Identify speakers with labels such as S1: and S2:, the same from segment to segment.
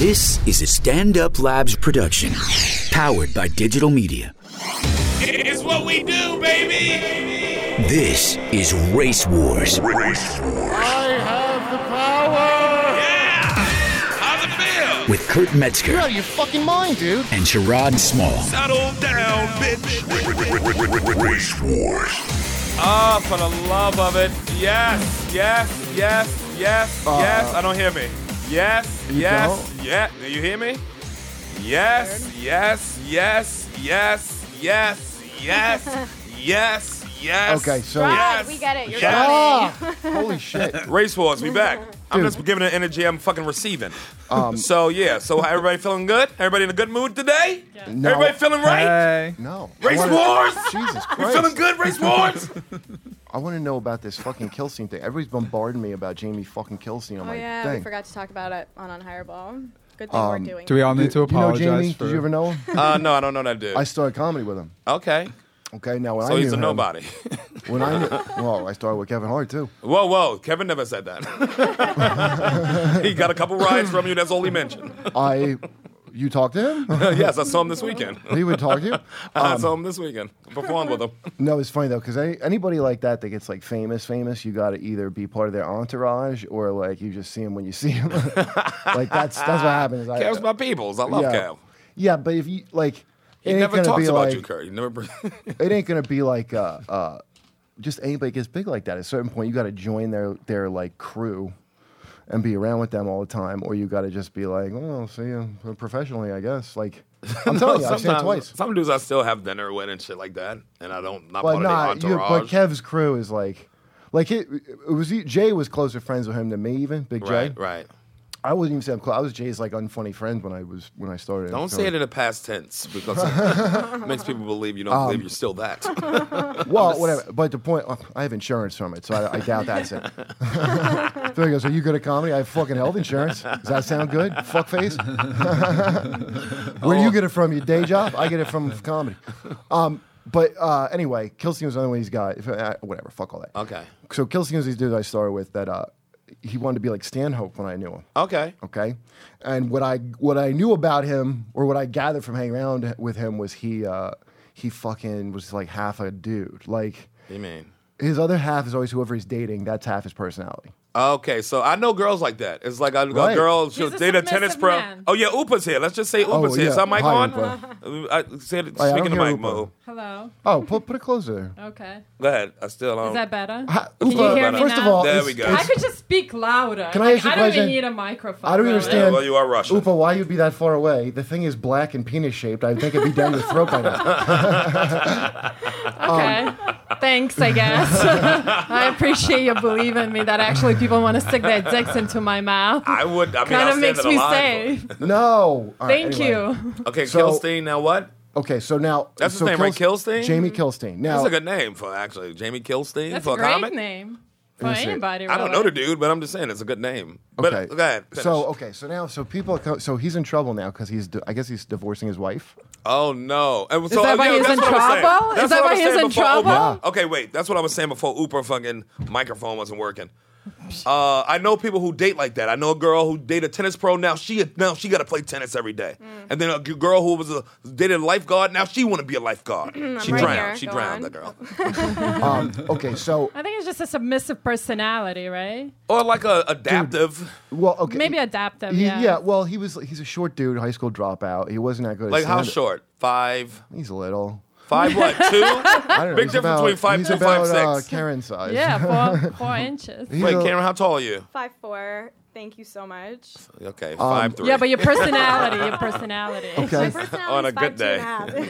S1: This is a Stand Up Labs production, powered by digital media.
S2: It's what we do, baby.
S1: This is Race Wars
S2: How's it feel?
S1: with Kurt Metzger
S3: You're out of your fucking mind, dude.
S1: and Sherrod Small.
S2: Settle down, bitch.
S4: Race Wars.
S5: Oh, for the love of it. Yes, yes, yes, yes,
S3: Ah.
S5: yes. I don't hear me. Yes, yes, yeah. Do you hear me? Yes, yes, yes, yes, yes, yes, yes, yes.
S3: Okay, so-
S5: yes.
S6: Right, we get it. You're
S5: yes.
S3: Ah, holy shit.
S5: Race wars, we back. I'm just giving it energy I'm fucking receiving.
S3: Um,
S5: so yeah, so everybody feeling good? Everybody in a good mood today?
S3: No.
S5: Everybody feeling right?
S3: No. I
S5: Race
S3: wanna-
S5: wars?
S3: Jesus
S5: We
S3: Christ.
S5: feeling good, race wars?
S3: I want to know about this fucking Kilstein thing. Everybody's bombarding me about Jamie fucking Kilstein. I'm
S6: Oh
S3: like,
S6: yeah,
S3: dang.
S6: we forgot to talk about it on on higher ball. Good thing we're doing.
S7: Do we all need to
S3: you know
S7: apologize
S3: Jamie?
S7: for?
S3: Did you ever know him?
S5: uh, no, I don't know that dude.
S3: I started comedy with him.
S5: Okay,
S3: Okay, now when I
S5: so
S3: knew
S5: he's a
S3: him-
S5: nobody.
S3: When I knew, well, I started with Kevin Hart too.
S5: Whoa, whoa. Kevin never said that. he got a couple rides from you. That's all he mentioned.
S3: I, you talked to him?
S5: yes, I saw him this weekend.
S3: he would talk to you.
S5: I
S3: Um,
S5: saw him this weekend. Performed with him.
S3: No, it's funny though because anybody like that that gets like famous, famous, you got to either be part of their entourage or like you just see them when you see them. like that's that's what happens. I-
S5: Cav's my peoples. I love
S3: yeah,
S5: Cav.
S3: yeah, but if you like,
S5: He
S3: it ain't
S5: never
S3: gonna
S5: talks
S3: be
S5: about
S3: like
S5: you, Kurt. He never. br-
S3: it ain't gonna be like uh, uh, just anybody gets big like that. At a certain point, you got to join their their like crew and be around with them all the time, or you got to just be like, well, see you professionally, I guess. Like I'm telling you, I've seen it
S5: Sometimes-
S3: twice.
S5: Some dudes I still have dinner with and shit like that, and I don't. Not
S3: but
S5: part
S3: not
S5: of the
S3: you, but
S5: entourage.
S3: Kev's crew is like, like it, it was he- Jay was closer friends with him than me even Big Jay.
S5: right, right.
S3: I wouldn't even say I'm close. I was Jay's like unfunny friend when I was when I started.
S5: Don't
S3: So-
S5: say it in the past tense because it makes people believe you don't
S3: Um,
S5: believe you're still that.
S3: Well, whatever. But the point, I have insurance from it, so I, I doubt that's it. so he goes, "Are you good at comedy? I have fucking health insurance. Does that sound good? Fuckface. Where
S5: Oh.
S3: do you get it from? Your day job? I get it from comedy. Um, but uh, anyway, Kilstein was the only one he's got. If, uh, whatever. Fuck all that.
S5: Okay.
S3: So Kilstein was these dudes I started with that uh, he wanted to be like Stanhope when I knew him
S5: Okay.
S3: okay and what i what i knew about him or what i gathered from hanging around with him was he uh he fucking was like half a dude like
S5: You mean?
S3: his other half is always whoever he's dating that's half his personality
S5: Okay, so I know girls like that. It's like I got
S3: Right.
S5: girls. She
S8: He's
S5: was
S8: a
S5: date a tennis
S8: submissive
S5: pro.
S8: man.
S5: Oh yeah, Upa's here. Let's just say Upa's here.
S3: Oh, yeah.
S5: Is that mic
S3: Hi,
S5: on?
S3: Upa.
S5: Uh, I said it.
S3: Oh, yeah, I
S5: Speaking
S3: don't
S5: of
S3: hear
S5: mic,
S3: Upa.
S5: Mo.
S8: Hello.
S3: oh put, put it closer there
S8: Okay.
S5: Go ahead. I still don't.
S8: Is that better?
S3: Ha-
S8: Can
S3: Upa,
S8: you hear me
S3: first
S8: now?
S3: of all
S5: There
S3: it's-
S5: we go.
S8: I
S3: it's-
S8: could just speak louder.
S3: Can I
S8: Like,
S3: ask you a
S8: I don't
S3: question?
S8: even need a microphone.
S3: I don't
S8: really.
S3: understand.
S5: well, you are Russian.
S3: Upa, why you'd be that far away? The thing is black and penis shaped. I think it'd be down your throat by now. um,
S8: Okay. Thanks, I guess. I appreciate you believing me that actually people want to stick their dicks into my mouth.
S5: I would. I mean,
S8: Kind
S5: I
S8: of
S5: stand
S8: makes
S5: in a
S8: me
S5: line.
S8: safe.
S3: No. All right,
S8: Thank
S3: anyway.
S8: you.
S5: for- Okay,
S3: So-
S5: Kilstein. Now what?
S3: Okay, so now
S5: That's his
S3: so
S5: name, right? Kilstein?
S3: Jamie Kilstein. Now
S5: That's a good name for actually Jamie Kilstein
S8: That's
S5: for
S8: a
S5: a
S8: great
S5: comic.
S8: name for
S3: Let me see.
S8: anybody.
S5: I don't
S8: really.
S5: know the dude, but I'm just saying it's a good name. But
S3: Okay.
S5: go ahead. finish.
S3: So okay. So now, so people. are co- So he's in trouble now because he's. di- I guess he's divorcing his wife.
S5: Oh no! And
S8: Is that why he's
S5: that's
S8: in
S5: what I was saying.
S8: trouble?
S5: That's
S8: Is that
S5: what I
S8: why
S5: was
S8: he's
S5: saying
S8: in
S5: before
S8: trouble?
S5: Oprah- Okay, wait. That's what I was saying before Uber fucking microphone wasn't working. Uh, I know people who date like that. I know a girl who dated a tennis pro. Now she now she got to play tennis every day.
S8: Mm.
S5: And then a g- girl who was a dated a lifeguard. Now she want to be a lifeguard. she
S6: right
S5: drowned.
S6: here.
S5: She
S6: Go
S5: drowned.
S6: on.
S5: That girl.
S3: Um, okay. So
S8: I think it's just a submissive personality, right?
S5: Or like a adaptive.
S3: well. Okay.
S8: Maybe adaptive.
S3: He-
S8: yeah.
S3: Well, he was. He's a short dude, high school dropout. He wasn't that good.
S5: Like
S3: at
S5: how
S3: stand-up.
S5: short? Five.
S3: He's little.
S5: Five what? Two.
S3: I don't know.
S5: Big
S3: he's
S5: difference
S3: about,
S5: between five
S3: he's
S5: two,
S3: about,
S5: five
S3: uh,
S5: six.
S3: Karen size.
S8: Yeah, four, four inches.
S3: He's
S5: Wait,
S3: a-
S5: Cameron, how tall are you?
S6: Five four. Thank you so much.
S5: Okay, five three.
S8: Um, Yeah, but your personality, your personality.
S3: Okay.
S5: On a good day.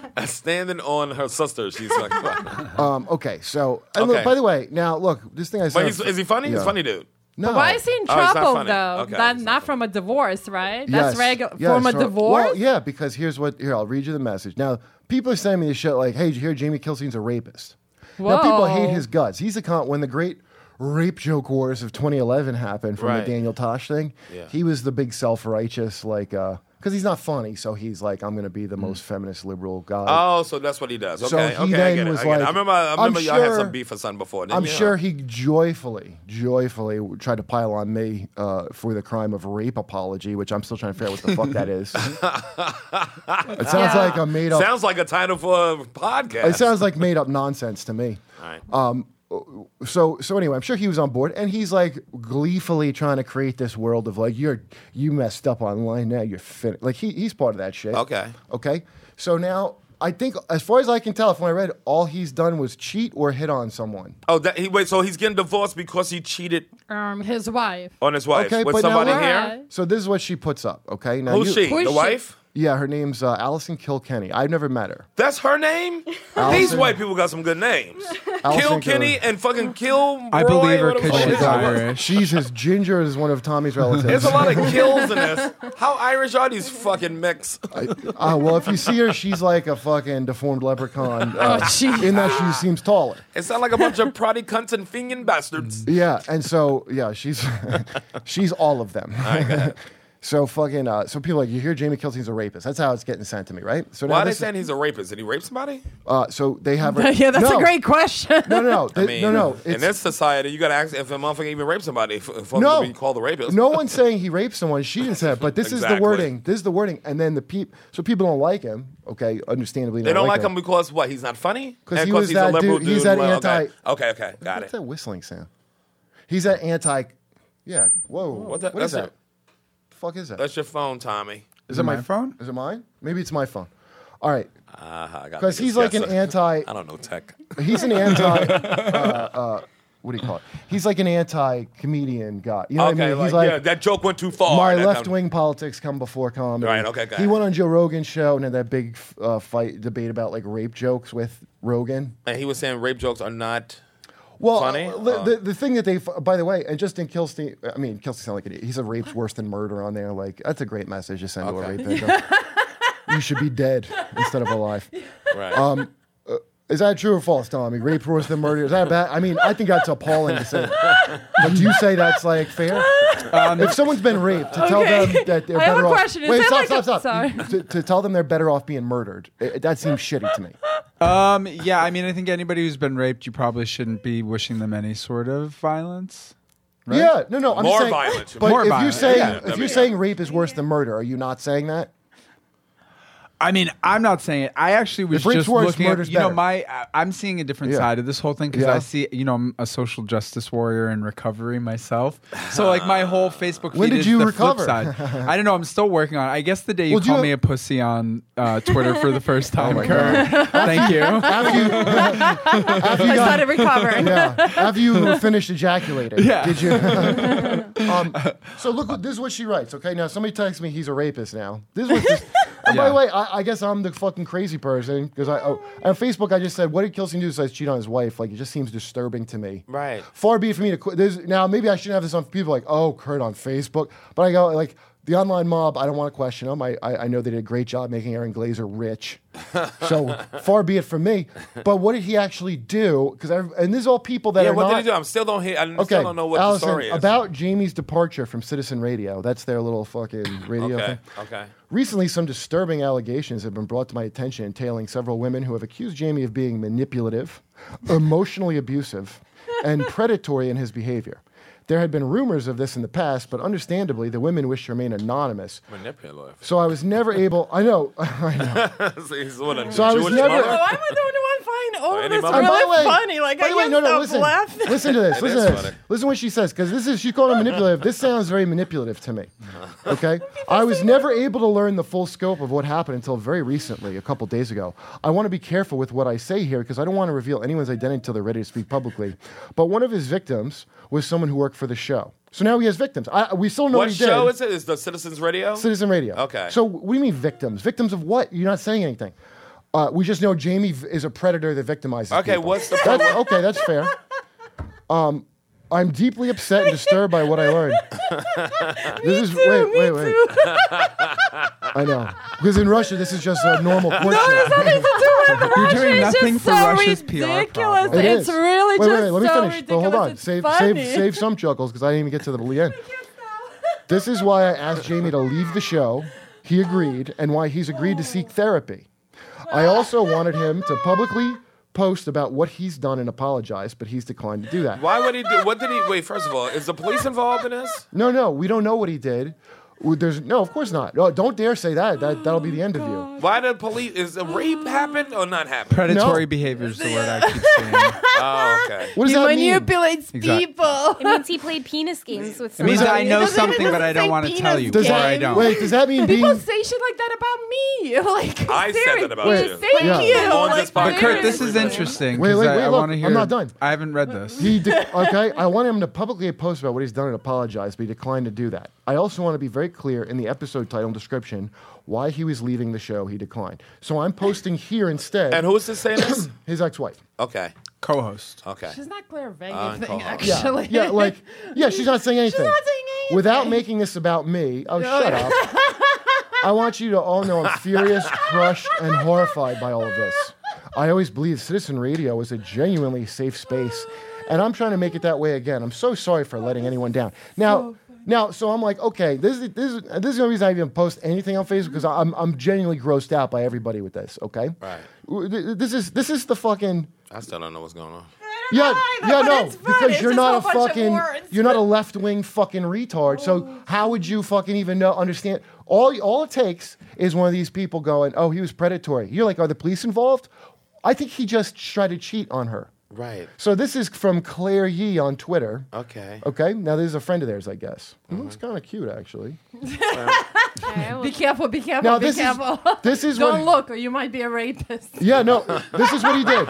S5: standing on her sister. She's like,
S3: Um, okay. So and
S5: Okay.
S3: look, by the way, now look. This thing I said.
S5: but he's, is he funny? He's
S3: Yeah.
S5: funny dude.
S3: No.
S8: Why is he in
S5: Oh, it's not
S8: trouble
S5: funny.
S8: though?
S5: Okay,
S8: that
S5: it's
S8: not,
S5: not
S8: from a divorce, right?
S3: Yes.
S8: That's regular
S3: Yes,
S8: from a
S3: so-
S8: divorce.
S3: Well, yeah, because here's what here, I'll read you the message. Now, people are sending me this shit like, hey, did you hear Jamie Kilstein's a rapist? Now people
S8: Whoa.
S3: hate his guts. He's a con when the great rape joke wars of 2011 happened from
S5: Right.
S3: the Daniel Tosh thing.
S5: Yeah.
S3: He was the big self-righteous like uh because he's not funny. So he's like, I'm going to be the most feminist liberal guy.
S5: Mm. Oh, so that's what he does. Okay,
S3: So he
S5: okay, I
S3: then
S5: get it.
S3: was
S5: I, get it. I
S3: like-
S5: remember, I
S3: I'm
S5: remember y'all had some
S3: sure-
S5: beef or something before. didn't
S3: I'm
S5: you?
S3: sure he joyfully, joyfully tried to pile on me uh, for the crime of rape apology, which I'm still trying to figure out what the fuck that is. it sounds
S8: Yeah.
S3: like a made up.
S5: Sounds like a title for a podcast.
S3: it sounds uh, like made up nonsense to me.
S5: All right.
S3: so so anyway, I'm sure he was on board, and he's like gleefully trying to create this world of like you're you messed up online now you're finished. Like he he's part of that shit.
S5: Okay.
S3: Okay. So now I think as far as I can tell, from what I read, all he's done was cheat or hit on someone.
S5: oh, that, he wait. So he's getting divorced because he cheated
S8: Um, his wife.
S5: on his wife
S3: Okay,
S5: with
S3: but now
S5: somebody
S3: we're-
S5: here.
S3: So this is what she puts up. Okay. Now
S5: Who's
S3: you-
S5: she?
S8: Who is
S5: the
S8: she?
S5: wife?
S3: Yeah, her name's uh, Allison Kilkenny. I've never met her.
S5: That's her name. These
S3: Allison.
S5: white people got some good names. Kill
S3: Allison
S5: Kenny and fucking Kill.
S7: I
S5: Roy,
S7: believe her
S5: whatever the fuck
S7: because she's
S5: his name was.
S7: Irish.
S3: She's as ginger as one of Tommy's relatives.
S5: There's a lot of kills in this. How Irish are these fucking mix?
S3: Uh, well, if you see her, she's like a fucking deformed leprechaun. Uh,
S8: Oh, jeez.
S3: in that she seems taller.
S5: It sounds like a bunch of proddy cunts and fingin bastards.
S3: Yeah, and so yeah, she's she's all of them. so fucking uh, so people are like you hear Jamie Kilsey's a rapist. That's how it's getting sent to me, right? So
S5: Why are they
S3: this-
S5: saying he's a rapist? Did he rape somebody?
S3: uh, so they have her-
S8: yeah, that's
S3: no,
S8: a great question.
S3: No, no, no,
S5: I
S3: They- no, no.
S5: In
S3: it's-
S5: this society, you got to ask if a motherfucker even raped somebody for, for
S3: no,
S5: him to be called a rapist.
S3: no one's saying he raped someone. She didn't say that, but this is
S5: Exactly.
S3: the wording. This is the wording, and then the peep. So people don't like him. Okay, understandably,
S5: They don't like him because what? He's not funny.
S3: 'Cause
S5: And
S3: he was
S5: he's a
S3: that
S5: liberal
S3: dude- he's that
S5: Well, okay.
S3: anti-
S5: Okay, okay, got
S3: What's
S5: it.
S3: that whistling sound? He's that anti. Yeah. Whoa. What,
S5: the-
S3: what is
S5: that's
S3: that?
S5: it.
S3: The fuck is that?
S5: That's your phone, Tommy.
S3: Is
S7: it my phone?
S3: Is it mine? Maybe it's my phone. All right.
S5: Uh-huh, I got
S3: Because
S5: the
S3: he's like an
S5: guesser.
S3: anti.
S5: I don't know tech.
S3: He's an anti. uh, uh, what do you call it? He's like an anti comedian guy. You know
S5: okay,
S3: what I mean?
S5: like,
S3: He's like
S5: yeah, that joke went too far.
S3: my
S5: That
S3: left
S5: kind-
S3: wing politics come before comedy.
S5: Right, okay, got
S3: He
S5: it.
S3: went on Joe Rogan's show and had that big uh, fight debate about like rape jokes with Rogan.
S5: And he was saying rape jokes are not.
S3: Well,
S5: Funny?
S3: uh, the,
S5: Uh.
S3: the, the thing that they, f- by the way, and Justin Kilstein, I mean, Kilstein sound like an idiot. He said rape's worse than murder on there. Like, that's a great message to send
S5: Okay.
S3: to a rape victim. you should be dead instead of alive.
S5: Right.
S3: Um, Is that true or false, Tommy? Rape worse than murder? Is that bad? I mean, I think that's appalling to say. But do you say that's like fair?
S7: Um,
S3: if someone's been raped, to tell
S8: Okay.
S3: them that they're
S8: I have
S3: better
S8: a
S3: off.
S8: question. Is
S3: Wait,
S8: that
S3: stop,
S8: like
S3: stop,
S8: a-
S3: stop.
S8: sorry.
S3: To, to tell them they're better off being murdered, it, that seems shitty to me.
S7: Um, yeah, I mean, I think anybody who's been raped, you probably shouldn't be wishing them any sort of violence.
S3: Yeah, no, no. I'm
S5: More
S3: saying,
S5: violence.
S3: But
S7: More
S3: if you're
S7: violence,
S3: saying
S7: yeah.
S5: I
S3: if
S5: mean-
S3: you're saying rape is worse than murder, are you not saying that?
S7: I mean, I'm not saying it. I actually was
S3: If rape's
S7: just
S3: worse,
S7: looking. At,
S3: murder's
S7: you know,
S3: better.
S7: my I- I'm seeing a different
S3: Yeah.
S7: side of this whole thing because
S3: Yeah.
S7: I see, you know, I'm a social justice warrior in recovery myself. So like my whole Facebook feed
S3: When did
S7: is
S3: you
S7: the
S3: recover?
S7: flip side. I don't know. I'm still working on. it. I guess the day you
S3: Well, do
S7: call
S3: you-
S7: me a pussy on uh, Twitter for the first time, Kurt. Thank you.
S3: After you, after you
S8: I
S3: got-
S8: started recovering.
S3: yeah, after you finished ejaculating,
S7: Yeah.
S3: did you? um, so look, what- this is what she writes. Okay, now somebody texts me he's a rapist. Now this was. Just, and By
S7: Yeah.
S3: the way, I, I guess I'm the fucking crazy person because I oh, on Facebook I just said what did Kilstein do besides cheat on his wife? Like it just seems disturbing to me.
S5: Right.
S3: Far be it for me to quit. There's, now maybe I shouldn't have this on people like oh Kurt on Facebook, but I go like. The online mob, I don't want to question them. I, I, I know they did a great job making Aaron Glazer rich. So far be it from me. But what did he actually do? Because and this is all people that
S5: yeah,
S3: are
S5: what
S3: not,
S5: did he do? I'm still don't hear. I
S3: Okay,
S5: still don't know what
S3: Allison,
S5: the story is.
S3: about Jamie's departure from Citizen Radio. That's their little fucking radio
S5: okay,
S3: thing.
S5: okay.
S3: Recently, some disturbing allegations have been brought to my attention entailing several women who have accused Jamie of being manipulative, emotionally abusive, and predatory in his behavior. There had been rumors of this in the past, but understandably, the women wish to remain anonymous.
S5: Manipulative.
S3: So I was never able. I know. I know.
S5: He's one of
S3: So I was
S5: Jewish
S3: never-
S5: mother?
S8: Why am I Oh, the only one finding all
S5: Anybody?
S8: this
S3: And by
S8: really
S3: the way-
S8: funny? Like,
S3: by
S8: I
S3: the way,
S8: can't
S3: no, no,
S8: stop
S3: listen,
S8: laughing.
S3: listen to this. Listen
S5: is
S3: to this.
S5: funny.
S3: Listen to what she says because this is she called it manipulative. this sounds very manipulative to me. Okay, I was never able to learn the full scope of what happened until very recently, a couple days ago. I want to be careful with what I say here because I don't want to reveal anyone's identity until they're ready to speak publicly. But one of his victims was someone who worked for the show. So now he has victims. I, we still know
S5: What
S3: he
S5: show
S3: did.
S5: is it? Is the Citizens Radio?
S3: Citizen Radio.
S5: Okay.
S3: So what do you mean victims? Victims of what? You're not saying anything. Uh, we just know Jamie v- is a predator that victimizes.
S5: Okay,
S3: people.
S5: what's the
S3: That's, okay, that's fair. Um, I'm deeply upset and disturbed by what I learned. this is wait,
S8: me
S3: wait, wait. I know because in Russia this is just a normal courtship.
S8: No, it has nothing to do with Russia.
S7: You're doing
S8: it's
S7: nothing
S8: just
S7: for
S8: so
S7: Russia's PR
S8: ridiculous.
S7: problem.
S3: It
S8: it's
S3: is.
S8: really
S3: wait,
S8: just
S3: wait, wait, let me
S8: so
S3: finish.
S8: ridiculous.
S3: But hold on,
S8: It's
S3: save,
S8: funny.
S3: save, save some chuckles because I didn't even get to the end. This is why I asked Jamie to leave the show. he agreed and why he's agreed to seek therapy. I also wanted him to publicly post about what he's done and apologize, but he's declined to do that.
S5: Why would he do? What did he? Wait, first of all, is the police involved in this?
S3: No, no, we don't know what he did. Well, There's no, of course not. No, don't dare say that. That that'll be the end of you.
S5: Why did police? Is a rape happened or not happened?
S7: Predatory
S3: No.
S7: behavior is the word I keep saying.
S5: Oh, okay.
S3: What does that mean?
S8: manipulates
S7: Exactly.
S8: people.
S9: It means he played penis games with
S7: It
S9: someone.
S7: means that I
S8: It
S7: know
S8: doesn't- it
S7: something, but I
S8: doesn't
S7: don't
S8: say
S7: want to
S8: penis
S7: tell you,
S3: Does
S7: or
S3: that
S7: I don't.
S3: wait? Does that mean
S8: People
S3: being?
S8: say shit like that about me. Like
S5: I said that about
S8: seriously,
S5: you.
S8: Thank
S3: Yeah.
S8: you.
S5: On
S8: like,
S5: this podcast.
S7: But Kurt, this is
S5: Wait,
S7: interesting.
S3: wait,
S7: 'cause
S3: wait,
S7: I, I
S3: look,
S7: wanna
S3: I'm
S7: hear-
S3: not done.
S7: I haven't read this.
S3: He de- okay. I want him to publicly post about what he's done and apologize, but he declined to do that. I also want to be very clear in the episode title and description why he was leaving the show. He declined. So I'm posting here instead.
S5: And who's this saying this?
S3: his ex-wife?
S5: Okay.
S7: Co-host.
S3: Oh,
S5: Okay.
S8: She's not Claire Vague
S5: I'm
S8: thing,
S5: calling her.
S3: Yeah,
S8: actually.
S3: yeah, like yeah. She's not saying anything.
S8: not saying anything.
S3: Without making this about me. Oh, shut up. I want you to all know I'm furious, crushed, and horrified by all of this. I always believed Citizen Radio was a genuinely safe space, and I'm trying to make it that way again. I'm so sorry for letting anyone down. Now, now, so I'm like, okay, this is this is this is the only reason I even post anything on Facebook because I'm I'm genuinely grossed out by everybody with this. Okay,
S5: Right.
S3: W- th- th- This is this is the fucking
S5: I still don't know what's going on.
S3: yeah,
S8: either,
S3: yeah,
S8: but
S3: no,
S8: it's fun.
S3: because
S8: It's
S3: you're
S8: just
S3: not
S8: a
S3: a
S8: whole bunch of Oh.
S3: fucking,
S8: words.
S3: you're not a left wing fucking retard. So how would you fucking even know, understand? All all it takes is one of these people going, "Oh, he was predatory." You're like, "Are the police involved?" I think he just tried to cheat on her.
S5: Right.
S3: So this is from Claire Yee on Twitter.
S5: Okay.
S3: Okay, now this is a friend of theirs, I guess. He looks
S8: Uh-huh.
S3: kind of cute, actually.
S8: Be careful, be careful,
S3: Now
S8: be
S3: this is
S8: careful.
S3: this is
S8: Don't
S3: what.
S8: look, or you might be a rapist.
S3: Yeah, no, this is what he did.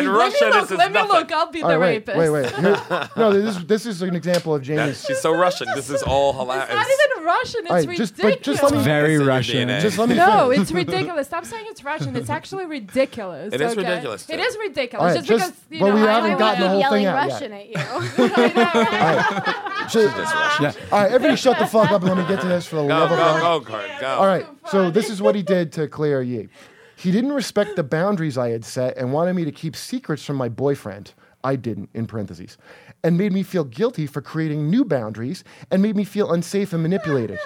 S5: In Russia,
S8: let me look,
S5: this is
S8: let me
S5: nothing.
S8: look. I'll be the
S3: All right,
S8: rapist.
S3: wait, wait, wait. Here- No, this is this is an example of Jamie's.
S5: That's, she's so Russian. This is all hilarious.
S8: It's not even Russian. It's
S3: All right,
S8: ridiculous.
S3: just- but just let me-
S7: Very
S5: It's in your
S7: Russian.
S5: DNA.
S3: Just let me
S8: no,
S3: finish.
S8: it's ridiculous. Stop saying it's Russian. It's actually ridiculous.
S5: It is
S8: okay?
S5: ridiculous,
S8: It
S5: too.
S8: is ridiculous.
S3: All right,
S8: just,
S3: just-
S8: because you
S3: but
S8: know,
S3: we
S8: I
S3: haven't
S8: don't
S3: gotten the
S8: wanna-
S3: whole thing
S6: yelling
S3: out
S6: Russian
S3: yet.
S6: at you.
S3: Just- All right, everybody shut the fuck up and let me get to this for the
S5: Go,
S3: love of God.
S5: go, go, Kurt. Go.
S3: All right, so this is what he did to Claire Yee. He didn't respect the boundaries I had set and wanted me to keep secrets from my boyfriend. I didn't, in parentheses, and made me feel guilty for creating new boundaries and made me feel unsafe and manipulated.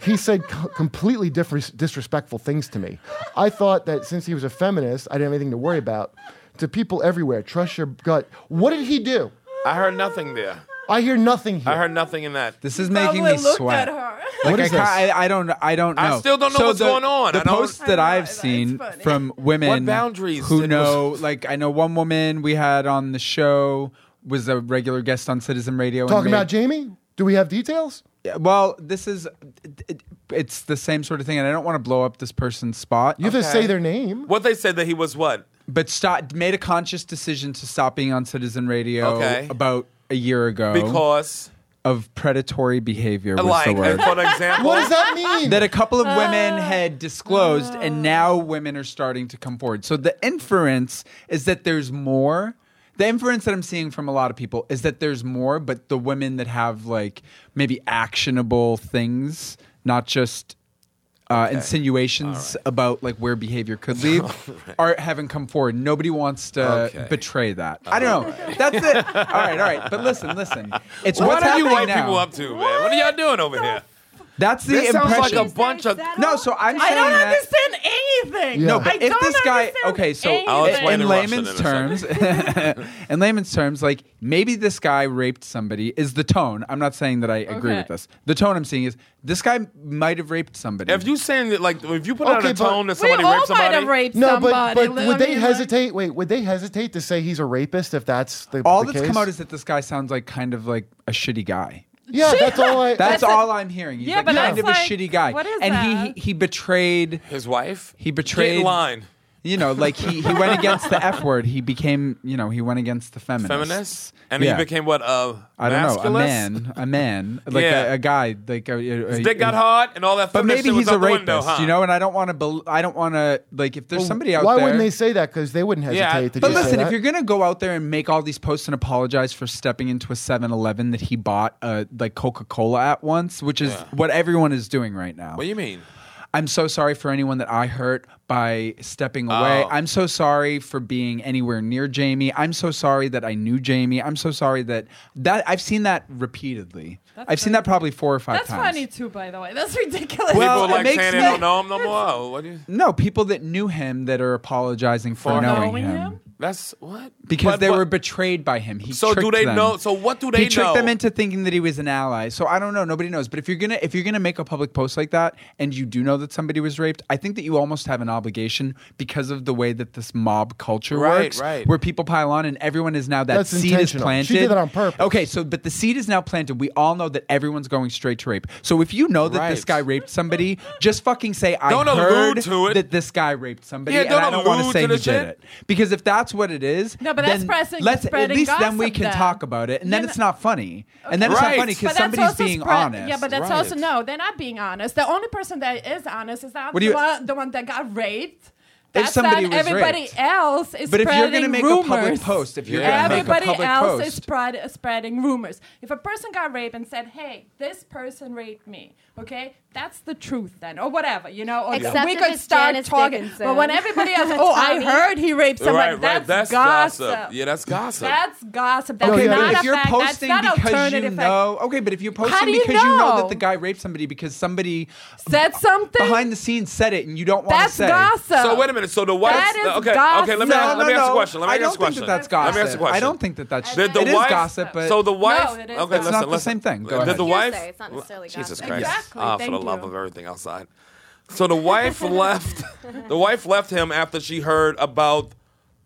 S3: He said co- completely different, disrespectful things to me. I thought that since he was a feminist, I didn't have anything to worry about. To people everywhere, trust your gut. What did he do?
S5: I heard nothing there.
S3: I hear nothing here.
S5: I heard nothing in that.
S7: This is making
S8: Probably
S7: me
S8: looked
S7: sweat.
S8: at her.
S7: Like
S3: What
S7: I,
S3: is
S7: ca-
S3: this?
S7: I, I don't I don't know.
S5: I still don't know what's
S7: the,
S5: going on.
S7: The
S5: I don't-
S7: posts that
S8: I know,
S7: I've
S8: that's
S7: seen
S8: funny.
S7: from women
S5: What boundaries
S7: who
S5: did-
S7: know like I know one woman we had on the show was a regular guest on Citizen Radio. and
S3: Talking
S7: made-
S3: about Jamie? Do we have details?
S7: Yeah, Well, this is it- it's the same sort of thing, and I don't want to blow up this person's spot.
S3: You have to say their name.
S5: What they said that he was what?
S7: but stop, made a conscious decision to stop being on Citizen Radio
S5: Okay.
S7: about a year ago
S5: Because,
S7: of predatory behavior. Was
S5: like,
S7: the word.
S5: for example,
S3: What does that mean?
S7: that a couple of women
S8: Ah.
S7: had disclosed, and now women are starting to come forward. So the inference is that there's more. The inference that I'm seeing from a lot of people is that there's more, but the women that have like maybe actionable things, not just uh, insinuations about like where behavior could lead, are haven't come forward. Nobody wants to
S5: Okay.
S7: betray that. I don't know. That's it. All right, all right. But listen, listen. It's
S5: what
S7: what's
S5: are you
S7: happening
S5: white
S7: now.
S5: people up to, man? What are y'all doing over here?
S7: That's the
S5: This sounds
S7: impression.
S5: like a bunch of.
S7: no, so I'm
S8: I
S7: saying
S8: don't
S7: that-
S8: understand anything.
S3: Yeah.
S7: No, but
S8: I
S7: if
S8: don't
S7: this guy,
S8: understand
S7: okay, so
S8: anything.
S5: I'll explain
S7: in,
S5: in Russian
S7: layman's
S5: in a
S7: terms, in layman's terms, like maybe this guy raped somebody is the tone. I'm not saying that I agree
S8: Okay.
S7: with this. The tone I'm seeing is this guy might have raped somebody.
S5: If you saying that, like, if you put out
S3: Okay,
S5: a
S3: but-
S5: tone that
S8: We
S5: somebody
S8: all
S5: raped
S8: might have
S5: somebody,
S8: raped
S3: no, but,
S8: somebody.
S3: but
S8: I
S3: would they
S8: mean, like-
S3: hesitate? Wait, would they hesitate to say he's a rapist if that's the
S7: all
S3: the
S7: that's
S3: case?
S7: come out is that this guy sounds like kind of like a shitty guy.
S3: yeah, that's all I.
S7: That's,
S8: That's a-
S7: all i I'm hearing. He's
S8: Yeah,
S7: like
S8: but
S7: kind
S8: that's
S7: of a
S8: like-
S7: shitty guy.
S8: what is
S7: and
S8: that?
S7: he he betrayed
S5: his wife,
S7: He betrayed-
S5: Get in line.
S7: you know, like he, he went against the F word. He became, you know, he went against the feminists.
S5: feminist, and
S7: Yeah.
S5: he became what? Uh,
S7: I don't know, a
S5: masculist?
S7: man, a man, like
S5: Yeah.
S7: a, a guy, like a, a,
S5: His dick
S7: a-
S5: got hard, and all that.
S7: But
S5: feminist
S7: maybe
S5: shit was
S7: he's
S5: out
S7: a
S5: the
S7: rapist,
S5: window, huh?
S7: you know, and I don't want to. Bel- I don't want to like if there's somebody out
S3: Why
S7: there.
S3: wouldn't they say that? Because they wouldn't hesitate
S5: Yeah,
S3: to
S7: but
S3: just
S7: listen,
S3: say
S7: if
S3: that.
S7: you're gonna go out there and make all these posts and apologize for stepping into a 7-Eleven that he bought, uh, like Coca Cola at once, which is what everyone is doing right now.
S5: What do you mean?
S7: I'm so sorry for anyone that I hurt by stepping away. I'm so sorry for being anywhere near Jamie. I'm so sorry that I knew Jamie. I'm so sorry that that I've seen that repeatedly. I've seen that probably four or five
S8: That's
S7: times.
S8: funny too, by the way. That's ridiculous.
S7: Well,
S5: People
S7: it
S5: like
S7: makes
S5: saying they
S7: me-
S5: don't know him no more. Oh, what do you-
S7: No, people that knew him that are apologizing for,
S5: For
S7: knowing,
S8: knowing
S7: him.
S8: him?
S5: That's what
S7: Because
S5: But
S7: they
S5: what-
S7: were betrayed by him. He
S5: So do
S7: tricked
S5: they
S7: them.
S5: know- so what do they
S7: He tricked
S5: know?
S7: them into thinking that he was an ally. So I don't know. Nobody knows. But if you're gonna if you're gonna make a public post like that and you do know that somebody was raped, I think that you almost have an obligation because of the way that this mob culture
S5: Right,
S7: works,
S5: right.
S7: where people pile on and everyone is now that
S3: That's
S7: seed is
S3: intentional.
S7: planted.
S3: She did that on purpose.
S7: Okay, so but the seed is now planted. We all know that everyone's going straight to rape. So if you know that this
S5: Right.
S7: guy raped somebody, just fucking say I
S5: Don't allude
S7: heard
S5: to it.
S7: that this guy raped somebody,
S5: Yeah,
S7: and
S5: don't
S7: I don't want to
S5: allude
S7: say
S5: to
S7: who
S5: the
S7: did
S5: shit.
S7: it. Because if that's what it is,
S8: No, but that's
S7: then
S8: pressing-
S7: let's at
S8: spreading
S7: least then we
S8: gossip
S7: can
S8: then.
S7: talk about it, and then
S8: You're
S7: it's
S8: not-
S7: not funny, and then it's not
S5: Right.
S7: funny because
S8: But that's
S7: somebody's
S8: also
S7: being
S8: spread-
S7: honest.
S8: Yeah, but that's
S5: Right.
S8: also no. They're not being honest. The only person that is honest is not
S7: What do
S8: the,
S7: you-
S8: one, the one that got raped. That's
S7: somebody
S8: not
S7: was
S8: everybody
S7: raped.
S8: else is
S7: but if
S8: spreading
S7: you're gonna make
S8: rumors.
S7: a public post, if you're
S5: Yeah.
S7: gonna
S8: Everybody
S7: make a public
S8: else is
S7: post,
S8: spread, spreading rumors. If a person got raped and said, "Hey, this person raped me," okay, that's the truth then, or whatever, you know. Or
S9: Except
S8: we
S9: if
S8: could
S9: it's
S8: start
S9: Janice
S8: talking,
S9: Dickinson.
S8: but when everybody else, oh, I
S9: Tommy.
S8: heard he raped somebody.
S5: right, right. That's
S8: gossip.
S5: Yeah, that's gossip.
S8: That's gossip. That's
S7: Okay,
S3: yeah,
S8: not
S7: but
S8: a
S7: if you're
S8: fact.
S7: posting
S8: that's not
S7: because you
S8: alternative fact.
S7: know, okay, but if you're posting
S8: do you
S7: because you know that
S8: know?
S7: the guy raped somebody because somebody
S8: said something
S7: behind the scenes said it, and you don't want to
S8: that's
S7: say.
S8: gossip.
S5: so wait a minute. So the white.
S8: That is
S5: okay, okay. Let me,
S8: gossip.
S5: ask,
S7: No,
S5: let me
S7: no,
S5: ask a
S7: no.
S5: question. Let me
S7: I
S5: ask
S7: don't
S5: a
S7: think
S5: question.
S7: that that's
S5: Let
S7: gossip.
S5: me ask a question.
S7: I don't think that that's
S5: Did the
S7: it is
S5: wife-
S7: gossip, but
S5: So the wife.
S8: it
S5: okay,
S8: is not.
S5: listen,
S8: It's
S7: not the
S5: listen.
S7: same thing. Go
S5: Did
S7: ahead.
S5: the
S9: It's
S5: wife?
S9: hearsay, it's not necessarily
S5: Jesus
S9: gossip.
S5: Christ!
S8: Exactly,
S5: Ah, for
S8: thank
S5: the love
S8: you.
S5: of everything outside. So the wife left. The wife left him after she heard about